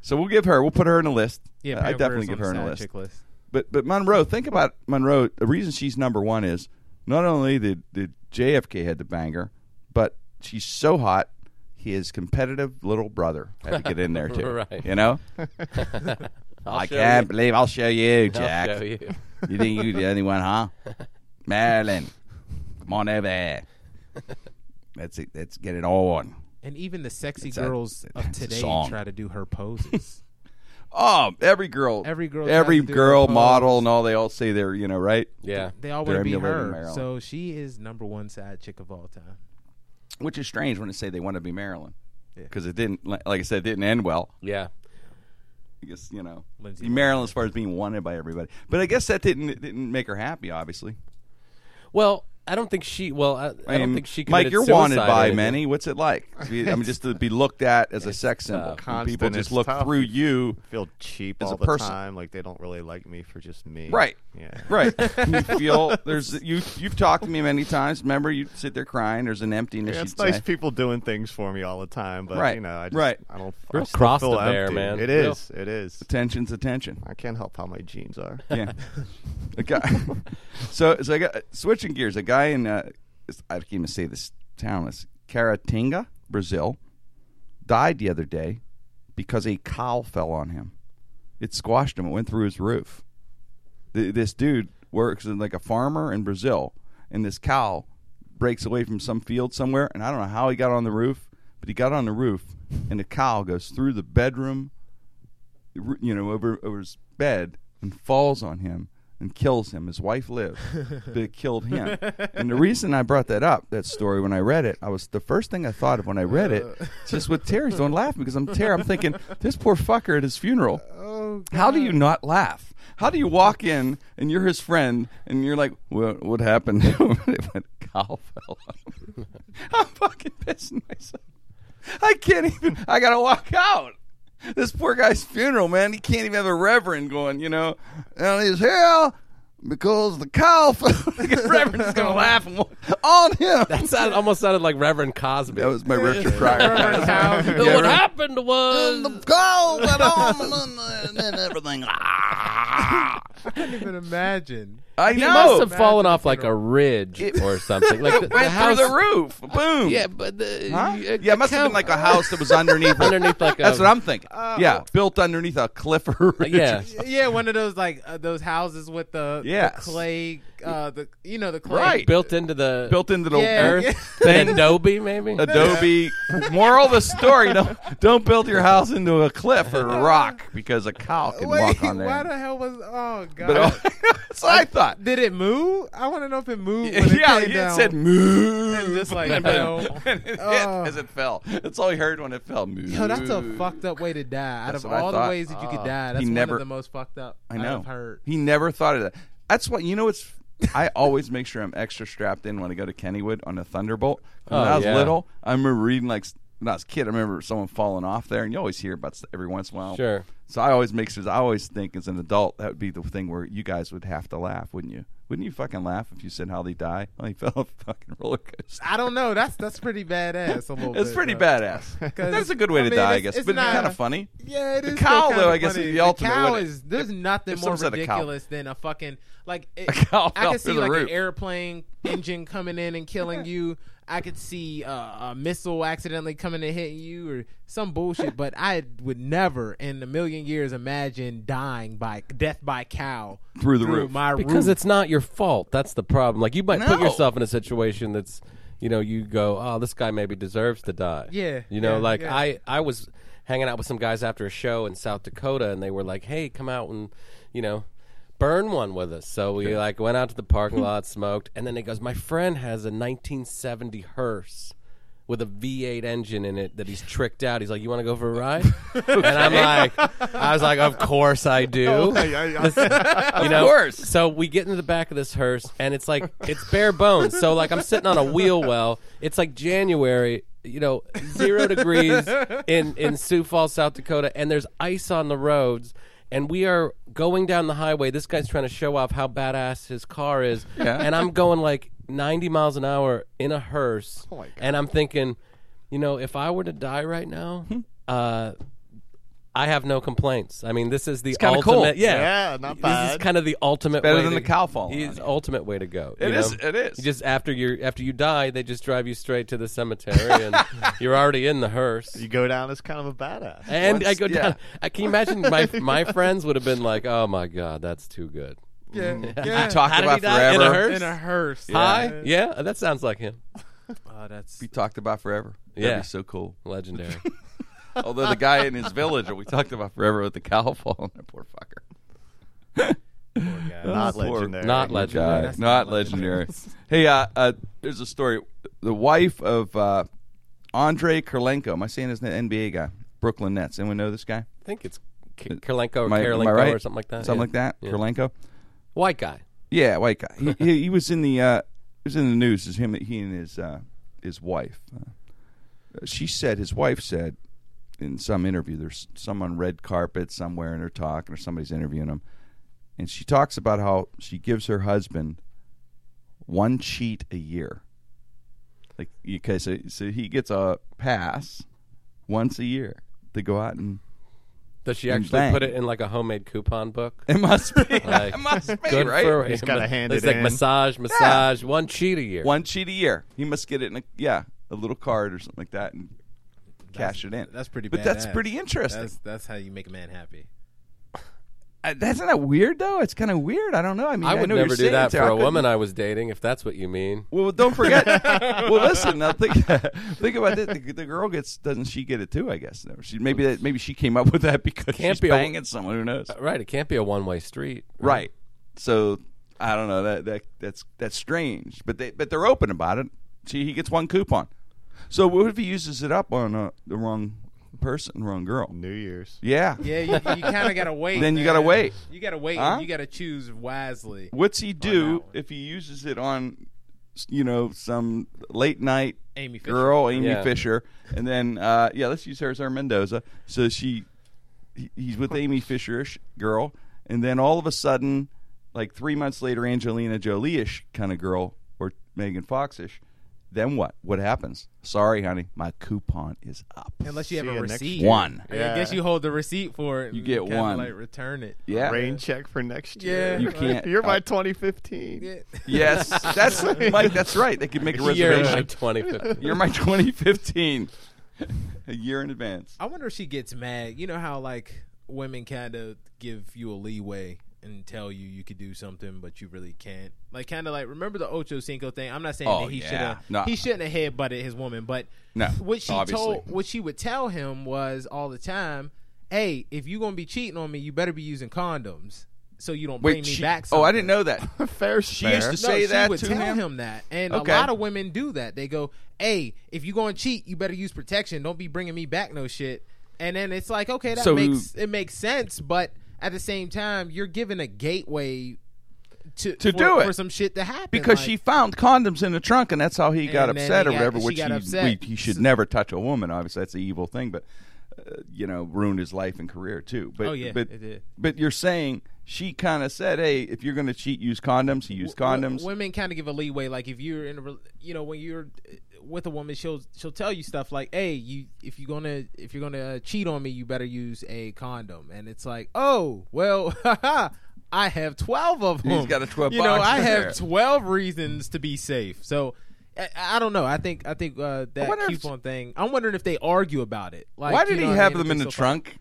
So we'll give her. We'll put her in a list. Yeah, I Pam definitely Grier's give on her in the a side list. chick list. But but Monroe, think about Monroe. The reason she's number one is not only did, did JFK had the banger, but she's so hot. His competitive little brother had to get in there too. <laughs> Right. You know, I can't believe I'll show you, Jack. I'll show you. You think you're the only one, huh? Marilyn, come on over here. Let's let's get it on. And even the sexy a- girls of it's a today song. try to do her poses. Oh, every girl, Every girl tries every to do girl her pose. model, and all they all say they're you know right. <laughs> Yeah. they all They're want to be emulating her. Marilyn. So she is number one side chick of all <laughs> time. which is strange when they say they want to be Maryland because it didn't, li- like I said, it didn't end well. Yeah. I guess you know, Lindsay Maryland as far as being wanted by everybody, but I guess that didn't it didn't make her happy. Obviously, Well, I don't think she. Well, I, I, mean, don't think she. Mike, committed you're wanted suicide or by anything. <laughs> many. What's it like? To be- I mean, just to be looked at as a sex symbol. tough. When People Constant, just it's look tough. through you. feel cheap As all a the person. time. Like they don't really like me for just me. Right. Yeah. <laughs> Right. you feel there's you you've talked to me many times. Remember you sit there crying, there's an emptiness Yeah, you'd it's nice say. people doing things for me all the time, but Right, you know, I just, right. I don't. Real I still cross to feel bear, empty. man. It Real- is. It is. Attention's attention. I can't help how my genes are. <laughs> Yeah. a guy <laughs> so so I got switching gears, a guy in uh, I can't even say this town is Caratinga, Brazil, died the other day because a cow fell on him. It squashed him, it went through his roof. Th- this dude works in like a farmer in Brazil, and this cow breaks away from some field somewhere, and I don't know how he got on the roof, but he got on the roof, and the cow goes through the bedroom, r- you know, over over his bed and falls on him and kills him. His wife lived, but it killed him. And the reason I brought that up, that story, when I read it, I was the first thing I thought of when I read it, it's just what Terry's doing, laughing because I'm Terry. I'm thinking this poor fucker at his funeral. How do you not laugh? How do you walk in and you're his friend and you're like, what, what happened? <laughs> when Kyle fell on <laughs> I'm fucking pissing myself. I can't even, I gotta walk out. This poor guy's funeral, man. He can't even have a reverend going, you know, and he's here because the cow <laughs> fell. the reverend is gonna <laughs> laugh and walk on him. That sounded, almost sounded like Reverend Cosby. that was my Richard Pryor. <laughs> what happened was Go, but on, <laughs> and then everything. Ah. I can't even imagine. I he know. must have fallen off like a ridge <laughs> or something. Like the, went the house. through the roof. Boom. Yeah, but the, Huh? you- yeah, it must have been like a house that was <laughs> underneath. underneath like <laughs> a. That's what I'm thinking. Yeah, built underneath a cliff or a ridge. <laughs> Yeah. <laughs> Oh. Uh, Yeah, one of those like uh, those houses with the, the Yes. clay, uh, the you know the clay. Right. Built into the built into the Yeah. <laughs> earth. earth. An Adobe maybe. Adobe. Moral of the story: Don't don't build your house into a cliff or a rock because a cow can Wait, walk on why there. the hell was? Oh god. But all- <laughs> that's what I thought. Did it move? I want to know if it moved. When <laughs> it Yeah, came it down. said moo. just <laughs> like and fell. then it hit Oh. as it fell. That's all he heard when it fell. Moo. Yo, that's a fucked up way to die. Out That's of what I all the thought. ways that you could die, that's He one never- of the most fucked up I know. I've heard. He never thought of that. That's why you know it's. I always make sure I'm extra strapped in when I go to Kennywood on a Thunderbolt. When Oh, I was yeah. little, I remember reading like when I was a kid. I remember someone falling off there, and you always hear about s- every once in a while. Sure. So I always make sure. I always think as an adult that would be the thing where you guys would have to laugh, wouldn't you? Wouldn't you fucking laugh if you said how they die? Oh, he <laughs> fell off a fucking roller coaster. I don't know. That's that's pretty badass. A little. It's bit, pretty though. badass. <laughs> 'Cause, That's a good way I to mean, die, I it's- guess. it's But it's not- kind of funny. Yeah, it is. still cow, kinda though, I guess, funny. is the ultimate, cow wouldn't it? is. There's nothing if more someone said a cow. ridiculous than a fucking <laughs> like. It, cow I fell could see through the like roof. an airplane engine coming in <laughs> and killing you. I could see uh, a missile accidentally coming and hitting you or some bullshit. but I would never, in a million years, imagine dying by death by cow Through the roof. My because roof. it's not your fault. That's the problem. Like you might put No. yourself in a situation that's, you know, you go, oh, this guy maybe deserves to die. Yeah, You know, yeah, like yeah. I, I was hanging out with some guys after a show in South Dakota, and they were like, hey, come out and, you know. Burn one with us, so we like went out to the parking lot, <laughs> smoked, and then he goes, "My friend has a 1970 hearse with a V8 engine in it that he's tricked out. He's like, you want to go for a <laughs> ride?" and I'm like, "I was like, of course Oh, I do." <laughs> you know? course. So we get into the back of this hearse, and it's like it's bare bones. So like I'm sitting on a wheel well. It's like January, you know, zero degrees in in Sioux Falls, South Dakota, and there's ice on the roads. And we are going down the highway. This guy's trying to show off how badass his car is, Yeah. and I'm going like 90 miles an hour in a hearse, Oh and I'm thinking, you know, if I were to die right now. Hmm. uh I have no complaints. I mean, this is the kinda ultimate. cool. Yeah, Yeah, This not is bad. kind of the ultimate. better way than to, the cow falling It's on you. ultimate way to go. It It is- is. it is. Just after you after you die, they just drive you straight to the <laughs> cemetery, and you're already in the hearse. You go down as kind of a badass. and I Once- go yeah. down. I can you <laughs> imagine my my friends would have been like, "Oh my god, that's too good." yeah, We talked How did about he die? In a forever. hearse? in a hearse. Hi, yeah, that sounds like him. Oh, that's We talked about forever. That'd Yeah. be so cool. Legendary. <laughs> Although the guy in his village that we talked about forever with the cow falling, that <laughs> poor fucker. Not Poor- legendary. Not guy. legendary. Not, legendary. <laughs> hey, uh, uh, there's a story. The wife of uh, Andre Kurlenko. Am I saying his name? NBA guy, Brooklyn Nets. Anyone know this guy? I think it's K- Kerlenko or Am I, am I Karolinko right? or something like that. Something yeah. like that. Yeah. Kurlenko. White guy. <laughs> Yeah, white guy. He, he, he was in the uh, was in the news. Is him? He and his uh, his wife. Uh, she said his wife said in some interview. There's some on red carpet somewhere, and they're talking, or somebody's interviewing him, and she talks about how she gives her husband one cheat a year. Like okay, so so he gets a pass once a year to go out and Does she And actually Mm, bang. put it in like a homemade coupon <laughs> book? it must be Like, it must be Good right for him. He's gotta hand it's it like in. massage, massage, one cheat a year. one cheat a year. He must get it in a yeah a little card or something like that and cash it in. That's pretty. But that's badass. pretty interesting. That's that's how you make a man happy. Uh, That's, not that weird though. It's kind of weird. I don't know. I mean, I I, would know never you're do saying it's- that for I a couldn't- woman I was dating, if that's what you mean. <laughs> Well, don't <laughs> forget. well, listen. Now think, <laughs> think about this. The, the girl gets doesn't she get it too? I guess. No, She maybe that maybe she came up with that because Can't she's be a- banging someone. Who knows? Right, it can't be a one way street. Right. So I don't know. That that that's that's strange. But they but they're open about it. See, he gets one coupon. So what if he uses it up on uh, the wrong person, wrong girl? New Year's. Yeah. Yeah, you, you kind <laughs> of gotta wait. Then you gotta man. wait. You gotta wait. Huh? and You gotta choose wisely. What's he that do one. if he uses it on, you know, some late night Amy Fisher. girl, Amy Yeah. Fisher, and then uh, yeah, let's use her as our Mendoza. So she, he- he's with Amy Fisherish girl, and then all of a sudden, like three months later, Angelina Jolie-ish kind of girl or Megan Fox-ish. Then what? What happens? Sorry, honey, my coupon is up. Unless you See have a ya next receipt. year. One. I, mean, I guess Yeah. you hold the receipt for it. You get one. Like return it. Yeah. Rain check for next year. Yeah. You can't- <laughs> You're by 2015. Yeah. Yes, that's Mike. That's right. They could make a Year reservation. of 2015. You're my <laughs> 2015. a year in advance. I wonder if she gets mad. You know how like women kind of give you a leeway and tell you you could do something, but you really can't. Like kind of like remember the Ocho Cinco thing. I'm not saying Oh, that he yeah. should have. No. He shouldn't have headbutted his woman, but No, what she obviously. told, what she would tell him was all the time, "Hey, if you gonna be cheating on me, you better be using condoms." So you don't bring me she- back. Something. oh, I didn't know <laughs> that. Fair She used to say she that would to tell him. him? that, and Okay. a lot of women do that. They go, "Hey, if you're going to cheat, you better use protection. Don't be bringing me back no shit." And then it's like, okay, that So- makes it makes sense, but at the same time, you're giving a gateway to To for, do it. for some shit to happen Because like- she found condoms in the trunk, and that's how he got And then upset he or got- whatever. she which got he, upset. we- he should never touch a woman. Obviously, that's an evil thing, but uh, you know, ruined his life and career too. But Oh, yeah, but, it did. but you're saying she kind of said, "Hey, if you're going to cheat, use condoms." He used w- w- condoms. women kind of give a leeway, like if you're in a, rel- you know, when you're uh, with a woman, she'll she'll tell you stuff like, "Hey, you if you're gonna if you're gonna uh, cheat on me, you better use a condom." And it's like, "Oh, well, <laughs> I have twelve of them. He's got a 12 You know, box I in have there. twelve reasons to be safe." So. I- I don't know. I think I think uh, that wonder if- coupon thing. I'm wondering if they argue about it. Like, Why did you know he what I have mean? them in If the they so- trunk?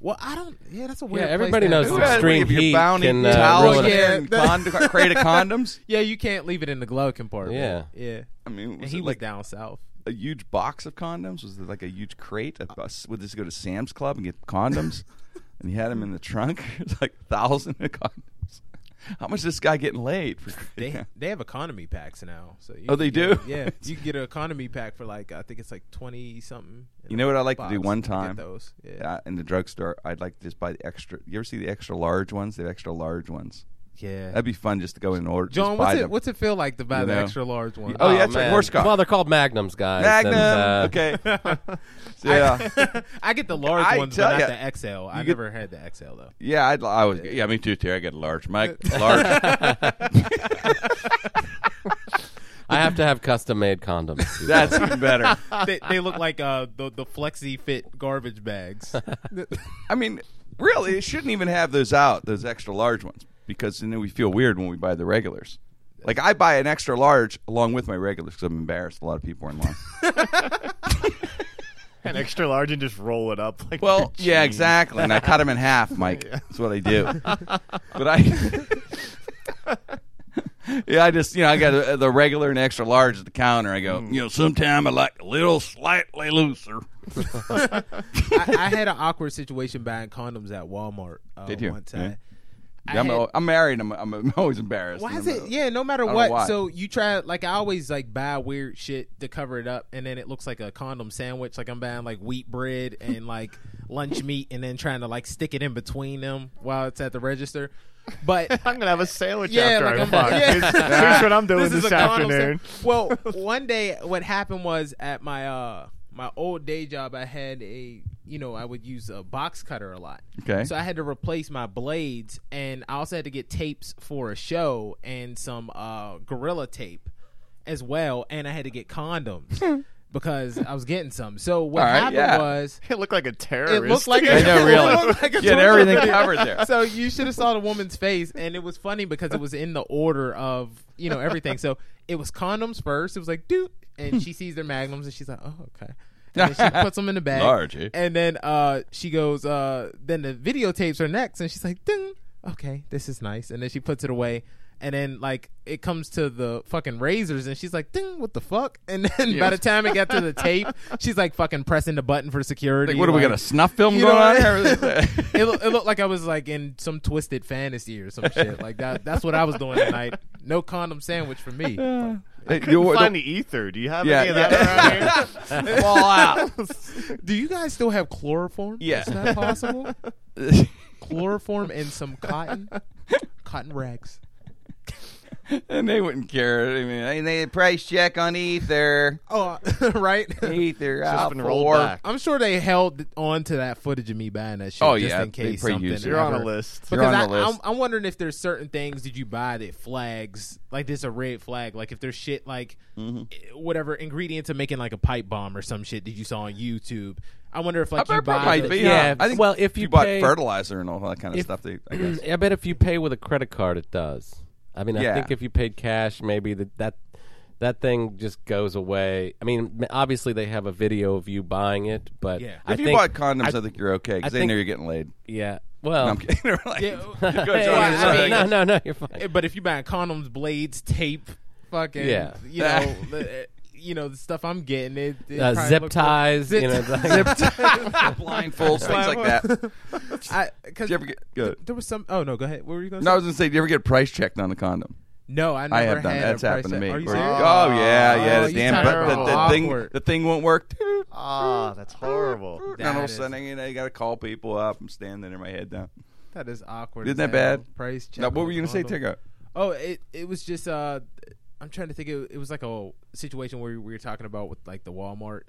Well, I don't. Yeah, that's a weird. Yeah, place everybody to knows have it. <laughs> extreme Give your heat bounty can uh, towel, ruin yeah. and con- <laughs> crate of condoms. Yeah, you can't leave it in the glove compartment. Yeah. yeah. I mean, And was he it was like down south. a huge box of condoms? Was it like a huge crate? A bus? Would this go to Sam's Club and get <laughs> condoms? and he had them in the trunk. <laughs> It's like a thousand of condoms. How much is this guy getting laid? For, <laughs> They Yeah. they have economy packs now. So you <laughs> Oh, they can do? get- <laughs> yeah, <laughs> you can get an economy pack for like I think it's like twenty something. You know what I like to do Box. one Get time? those. Yeah, Uh, in the drugstore, I'd like to just buy the extra. You ever see the extra large ones? They have extra large ones. yeah. That'd be fun just to go in and order. John, just what's buy it them. what's it feel like to buy You the know? extra large one? <laughs> Oh, yeah, it's like man. horsecock. Well, they're called Magnums, guys. Magnum. and, uh, <laughs> okay. So, yeah. <laughs> I get the large I ones, tell but ya, not the XL. I you get- never had the XL though. <laughs> <laughs> Yeah, I'd, I was. Yeah, me too, Terry. I got a large, Mike. Large. I have to have custom made condoms. <laughs> That's <laughs> even better. they, they look like uh the the flexi fit garbage <laughs> bags. I mean, really, it shouldn't even have those out, those extra large ones, because then we feel weird when we buy the regulars. Like I buy an extra large along with my regulars because I'm embarrassed. A lot of people are in line. An extra large and just roll it up. Like Well, yeah, exactly. And I cut them in half, Mike. That's what I do. <laughs> But I, <laughs> yeah, I just you know I got a, the regular and extra large at the counter. I Hmm. go, you know, sometime I like a little slightly looser. I, I had an awkward situation buying condoms at Walmart. Uh, Did you? One time. Yeah. I I'm, had- al- I'm married. I'm, I'm, <laughs> I'm always embarrassed. Why And is I'm- it? Yeah, no matter don't know what. why. So you try like I always like buy weird shit to cover it up, and then it looks like a condom sandwich. Like I'm buying like wheat bread <laughs> and like lunch meat, and then trying to like stick it in between them while it's at the register. But <laughs> I'm gonna have a sandwich Yeah, after like I I'm- fuck. yeah. Here's, here's what I'm doing this, a Donald afternoon. <laughs> Sa- well, one day what happened was at my uh my old day job, I had a you know I would use a box cutter a lot. Okay. So I had to replace my blades, and I also had to get tapes for a show and some uh gorilla tape as well, and I had to <laughs> get condoms. Because I was getting some. So what All right, happened yeah. was It looked like a terrorist. it <laughs> looked like <laughs> a, I know, really. it <laughs> looked like a You had torture everything video. covered there. So you should have saw the woman's face, and it was funny because it was in the order of you know everything. So it was condoms first. It was like dude, and she sees their magnums, and she's like, oh okay. And <laughs> then she puts them in the bag, Large, eh? and then uh, she goes. Uh, then the videotapes are next, and she's like, ding, okay, this is nice. And then she puts it away. And then like it comes to the fucking razors, and she's like, "Ding, what the fuck?" And then by the time it got to the tape, she's like fucking pressing the button for security. Like, what are we like- got a snuff film you going know on what here? <laughs> it, loo- it looked like I was like in some twisted fantasy or some shit. Like that. That's what I was doing tonight. No condom sandwich for <laughs> me. <laughs> Hey, <laughs> Couldn't you- find the ether. Do you have Yeah, any of that around here? Fall out. Do you guys still have chloroform? Yeah. Is that <laughs> possible? chloroform and some cotton, cotton rags. <laughs> and they wouldn't care. I mean, and they price check on ether. Oh, <laughs> right. Ether out been rolled for- back. I'm sure they held on to that footage of me buying that shit. Oh, just yeah, in they case probably something. used it. You're on a ever- list. You're Because on I, the list. I'm, I'm wondering if there's certain things did you buy that flags like there's a red flag like if there's shit like Mm-hmm. eh, whatever ingredient to making like a pipe bomb or some shit that you saw on YouTube. I wonder if like I you bet buy might the- be, yeah, huh? I think well, if you, you bought pay- fertilizer and all that kind of If- stuff, they, <clears throat> I guess. I bet if you pay with a credit card, it does. I mean, Yeah. I think if you paid cash, maybe that that that thing just goes away. I mean, m- obviously they have a video of you buying it, but Yeah. I if you think, bought condoms, I, think you're okay because I they think- know you're getting <laughs> laid. yeah, well, No, I'm kidding. <laughs> They're like, Yeah, <laughs> Go, Hey, Johnny, I sorry. <laughs> mean, no, no, no, you're fine. eh, but if you buying condoms, blades, tape, fucking Yeah. <laughs> you know. the, eh, You know the stuff I'm getting it, it uh, probably zip looked like- ties, you know, <laughs> like- <laughs> <laughs> <laughs> blindfolds, things like that. Do I, cause you ever get? Go. there was some. Oh no, go ahead. What were you going to No, I say? was gonna say, do you ever get price checked on a condom? No, I never I have done. had that. That's a price happened to tag. me. Are you Where- serious? oh yeah, yeah. Oh, the you damn, sound but the, the thing, awkward. the thing won't work. <laughs> Ah, that's horrible. and all of a is- sudden, you know, you got to call people up. I'm standing there, my head down. That is awkward. Isn't as that hell. bad? Price check. Now, what were you gonna say, Tigo? Tigger? Oh, it it was just uh, I'm trying to think. It, it was like a situation where we were talking about with like the Walmart.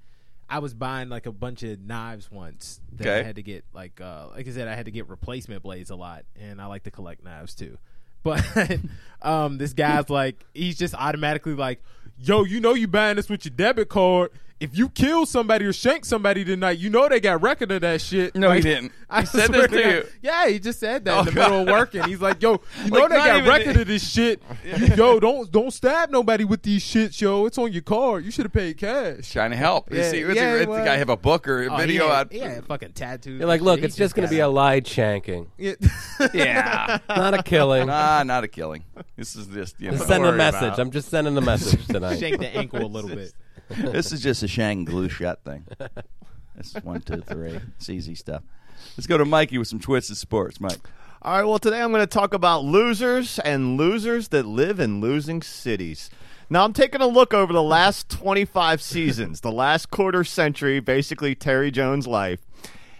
I was buying like a bunch of knives once that I Okay. had to get like uh, like I said I had to get replacement blades a lot, and I like to collect knives too. <laughs> But um, this guy's like he's just automatically like, yo, you know you buying this with your debit card. If you kill somebody or shank somebody tonight, you know they got record of that shit. No, he Like, didn't. I He said swear this to God. you. Yeah, he just said that Oh, in the middle of God. working. He's like, yo, you <laughs> Like, know they not got even record the- of this shit. <laughs> yo, don't don't stab nobody with these shits, yo. It's on your card. You should have paid cash. Trying to help. You Yeah, see, it's yeah, a, he it's was. Oh, a guy have a book or a video yeah, out. fucking tattoo. you're like, look, it's just going to be a light shanking, Yeah. not a killing. Nah, <laughs> not a killing. This is just <laughs> you know, Just send a worry message. about. I'm just sending the <laughs> message tonight. <laughs> shake the ankle a little bit. this is just a shang glue shot <laughs> thing. This is one, two, three. It's easy stuff. Let's go to Mikey with some twisted sports, Mike. All right, well, today I'm going to talk about losers and losers that live in losing cities. Now, I'm taking a look over the last 25 seasons, the last quarter century, basically Terry Jones' life,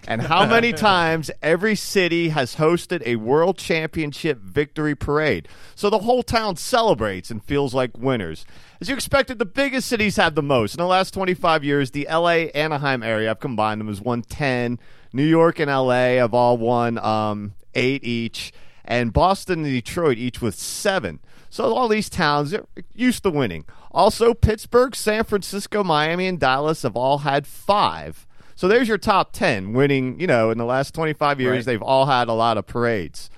and how many times every city has hosted a world championship victory parade. So the whole town celebrates and feels like winners. As you expected, the biggest cities have the most. In the last 25 years, the LA Anaheim area, I've combined them as 110. New York and LA have all won. Um, eight each, and Boston and Detroit each with seven. So all these towns are used to winning. Also, Pittsburgh, San Francisco, Miami, and Dallas have all had five. So there's your top ten winning. You know, in the last 25 years, Right. they've all had a lot of parades.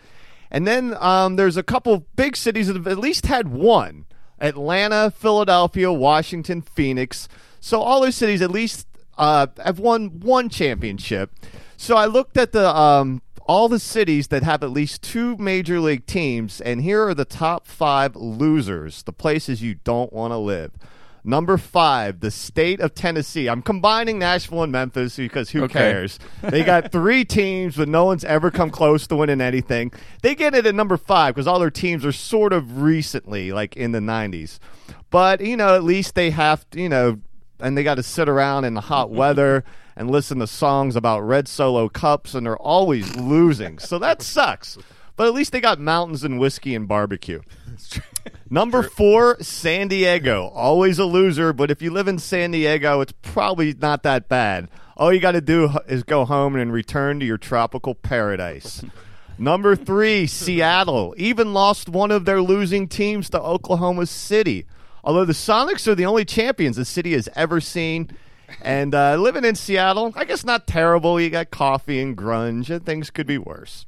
And then um, there's a couple of big cities that have at least had one Atlanta, Philadelphia, Washington, Phoenix. So all those cities at least uh, have won one championship. So I looked at the um, all the cities that have at least two major league teams, and here are the top five losers, the places you don't want to live. Number five, the state of Tennessee. I'm combining Nashville and Memphis because who Okay. cares? They got three teams, but no one's ever come close to winning anything. They get it at number five because all their teams are sort of recently, like in the 90s. But, you know, at least they have, to, you know, and they got to sit around in the hot weather and listen to songs about red solo cups, and they're always losing. So that sucks. But at least they got mountains and whiskey and barbecue. Number four, San Diego. Always a loser, but if you live in San Diego, it's probably not that bad. All you got to do h- is go home and return to your tropical paradise. Number three, Seattle. Even lost one of their losing teams to Oklahoma City. Although the Sonics are the only champions the city has ever seen. And uh, living in Seattle, I guess not terrible. You got coffee and grunge, and things could be worse.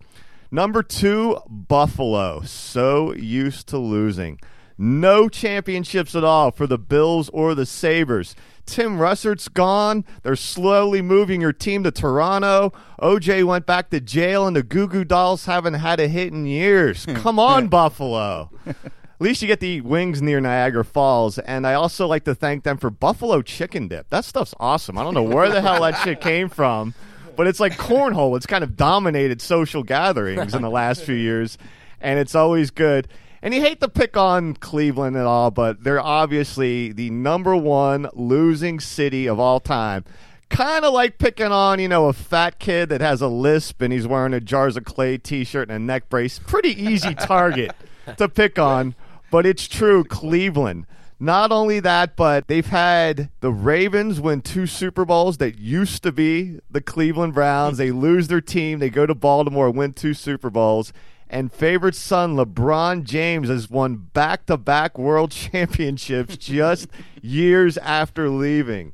Number two, Buffalo. So used to losing. No championships at all for the Bills or the Sabres. Tim Russert's gone. They're slowly moving your team to Toronto. OJ went back to jail, and the Goo Goo Dolls haven't had a hit in years. Come on, Buffalo. At least you get to eat wings near Niagara Falls. And I also like to thank them for Buffalo Chicken Dip. That stuff's awesome. I don't know where the hell that shit came from but it's like cornhole. It's kind of dominated social gatherings in the last few years, and it's always good. And you hate to pick on Cleveland at all, but they're obviously the number one losing city of all time. Kind of like picking on, you know, a fat kid that has a lisp and he's wearing a Jars of Clay t shirt and a neck brace. Pretty easy target to pick on, but it's true, Cleveland. Not only that, but they've had the Ravens win two Super Bowls that used to be the Cleveland Browns. They lose their team, they go to Baltimore, win two Super Bowls. And favorite son LeBron James has won back to back world <laughs> championships just years after leaving.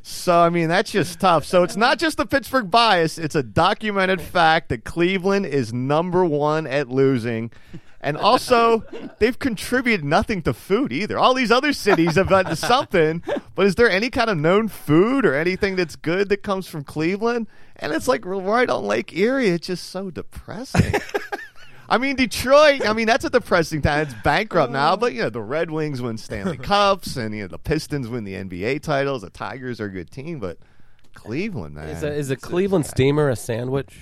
So I mean that's just tough. So it's not just the Pittsburgh bias; it's a documented fact that Cleveland is number one at losing, and also they've contributed nothing to food either. All these other cities have done something, but is there any kind of known food or anything that's good that comes from Cleveland? And it's like right on Lake Erie. It's just so depressing. I mean, Detroit. I mean, that's a depressing time. It's bankrupt now, but you know the Red Wings <laughs> win Stanley Cups, and you know the Pistons win the NBA titles. The Tigers are a good team, but Cleveland, man, Is a, <laughs> is a Cleveland steamer a sandwich?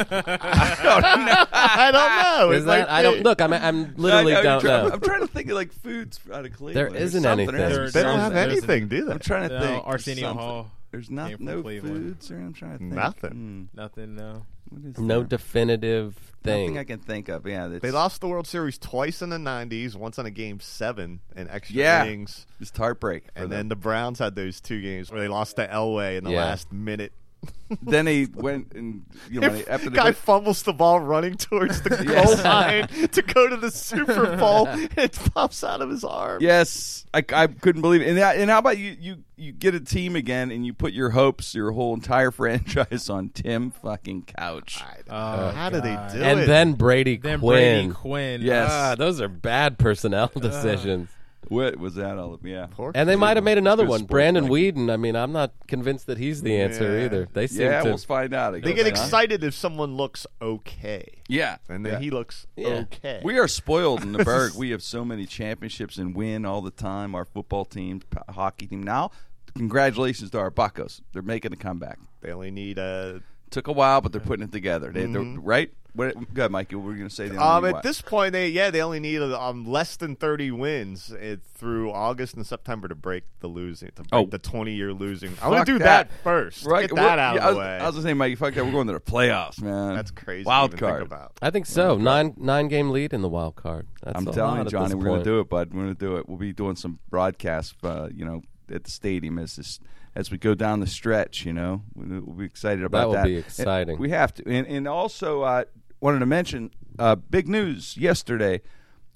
I <laughs> Oh, don't know. Is It's that like- I don't look. I'm <laughs> I'm literally I, don't try- know. I'm trying to think of like foods out of Cleveland. There or isn't something. anything. There's They don't have something. There's- anything, do I'm they? trying to No, think. There's Arsenio something. Hall There's not came from no Cleveland. foods, or I'm trying to think. Hmm. Nothing. Nothing. No. What is No there? definitive Nothing I thing. can think of. Yeah, that's, They lost the World Series twice in the '90s, once on a Game Seven in extra Yeah. innings, Just heartbreak. for and them. then the Browns had those two games where they lost to Elway in the Yeah. last minute. <laughs> then he went and you know after the guy fumbles the ball running towards the goal <laughs> Yes. line to go to <laughs> the Super Bowl, and it pops out of his arm. Yes, I, I couldn't believe it. And, that, and how about you, you? You get a team again, and you put your hopes, your whole entire <laughs> franchise on Tim fucking Couch. Uh, How do they do And it? then Brady Then Quinn. Brady Quinn. Yes. Ah, those are bad personnel Ah. decisions. What was that all? Of, yeah, Poor And they might have made another Good one, sports Brandon blanket. Whedon. I mean, I'm not convinced that he's the answer Yeah. either. They seem yeah. to. We'll find out. I They guess, get huh? excited if someone looks okay, Yeah, and then Yeah. he looks Yeah. okay. We are spoiled in the <laughs> Berg. We have so many championships and win all the time. Our football team, p- hockey team. Now, congratulations to our Buccos. They're making a comeback. they only need a. Took a while, but they're putting it together. They, they're Mm-hmm. right. What, go ahead, Mikey. What were you going to say? They only Um, need at what? this point, they yeah, they only need um less than thirty wins uh, through August and September to break the losing, to break Oh. the twenty-year losing. I want Fuck to do that, that. first. Get we're- that out yeah, of I was, the way. I was just saying, Mikey, fuck that. We're going to the playoffs, man. That's crazy. to Wild even card. Think about. I think so. Nine nine game lead in the wild card. That's I'm a telling lot you, at Johnny, this we're going to point. do it, bud. We're going to do it. We'll be doing some broadcasts, uh, you know, at the stadium as this, as we go down the stretch. You know, we'll, we'll be excited about will that. be exciting. And we have to, and and also uh, wanted to mention uh, big news yesterday: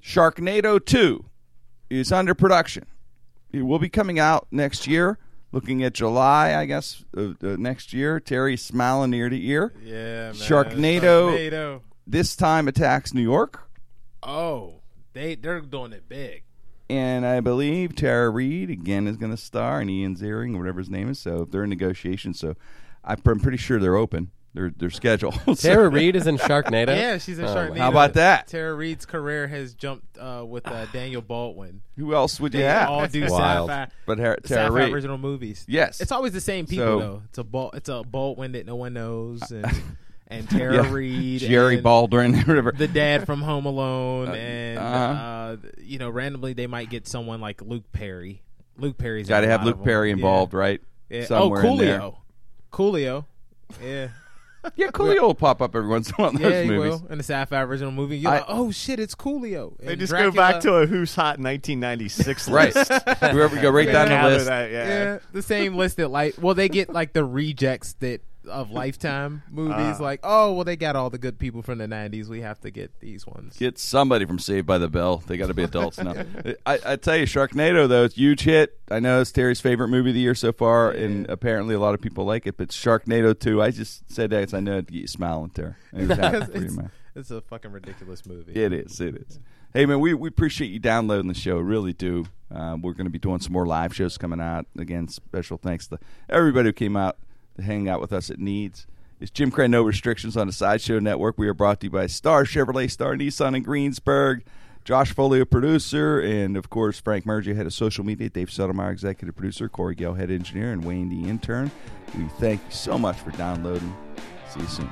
Sharknado Two is under production. It will be coming out next year. Looking at July, I guess, uh, uh, next year. Terry smiling ear to ear. Yeah. Man. Sharknado. Sharknado. This time attacks New York. Oh, they they're doing it big. And I believe Tara Reid again is going to star, and Ian Ziering, or whatever his name is. So they're in negotiations. So I'm pr- I'm pretty sure they're open. They're they're scheduled. <laughs> So Tara Reid is in Sharknado. Yeah, she's a Oh, Sharknado. How about that? Tara Reid's career has jumped uh, with uh, Daniel Baldwin. Who else would you They have? all do Wild. sci-fi, but Har- Tara sci-fi Reid. original movies. Yes. it's always the same people So- though. It's a ball. It's a Baldwin that no one <laughs> knows, and and Tara Reid, Jerry and Baldwin, <laughs> whatever. the dad from Home Alone, and uh-huh. uh, you know, randomly they might get someone like Luke Perry. Luke Perry's Got to in a have lot Luke of them. Perry Yeah. involved, right? Yeah. Oh, Somewhere in there. Coolio, Coolio, yeah. Yeah, Coolio will pop up every once in a while in <laughs> Yeah, those you movies. will. In the sci-fi original movie, you're I- like, oh shit, it's Coolio. They And just go Dracula- back to a Who's Hot 1996 <laughs> Right. <laughs> list. Whoever go right down the Gather list. that, yeah. yeah, the same list that like, well, they get like the rejects that of Lifetime movies. like, oh, well, they got all the good people from the '90s. We have to get these ones. Get somebody from Saved by the Bell. They got to be adults now. I, I tell you, Sharknado though, it's a huge hit. I know it's Terry's favorite movie of the year so far, and apparently a lot of people like it. But Sharknado too. I just said that 'cause I know it to get you smiling, Terry. It was happy for you, it's, man. it's a fucking ridiculous movie. It is. It is. Hey, man, we, we appreciate you downloading the show. Really do. Uh, we're going to be doing some more live shows coming out. Again, special thanks to everybody who came out to hang out with us at Needs. It's Jim Crane, No Restrictions on the Sideshow Network. We are brought to you by Star Chevrolet, Star Nissan in Greensburg, Josh Folio, producer, and of course, Frank Mergia, head of social media, Dave Sotomayor, executive producer, Corey Gale, head engineer, and Wayne, the intern. We thank you so much for downloading. See you soon.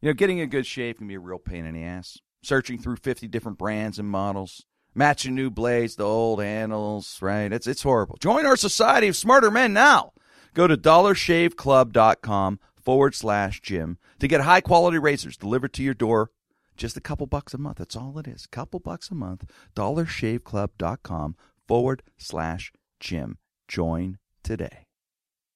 You know, getting a good shave can be a real pain in the ass. Searching through 50 different brands and models, matching new blades to old handles, right? It's, it's horrible. Join our society of smarter men now. Go to dollarshaveclub.com forward slash gym to get high quality razors delivered to your door. Just a couple bucks a month. That's all it is. Couple bucks a month. Dollarshaveclub.com forward slash gym. Join today.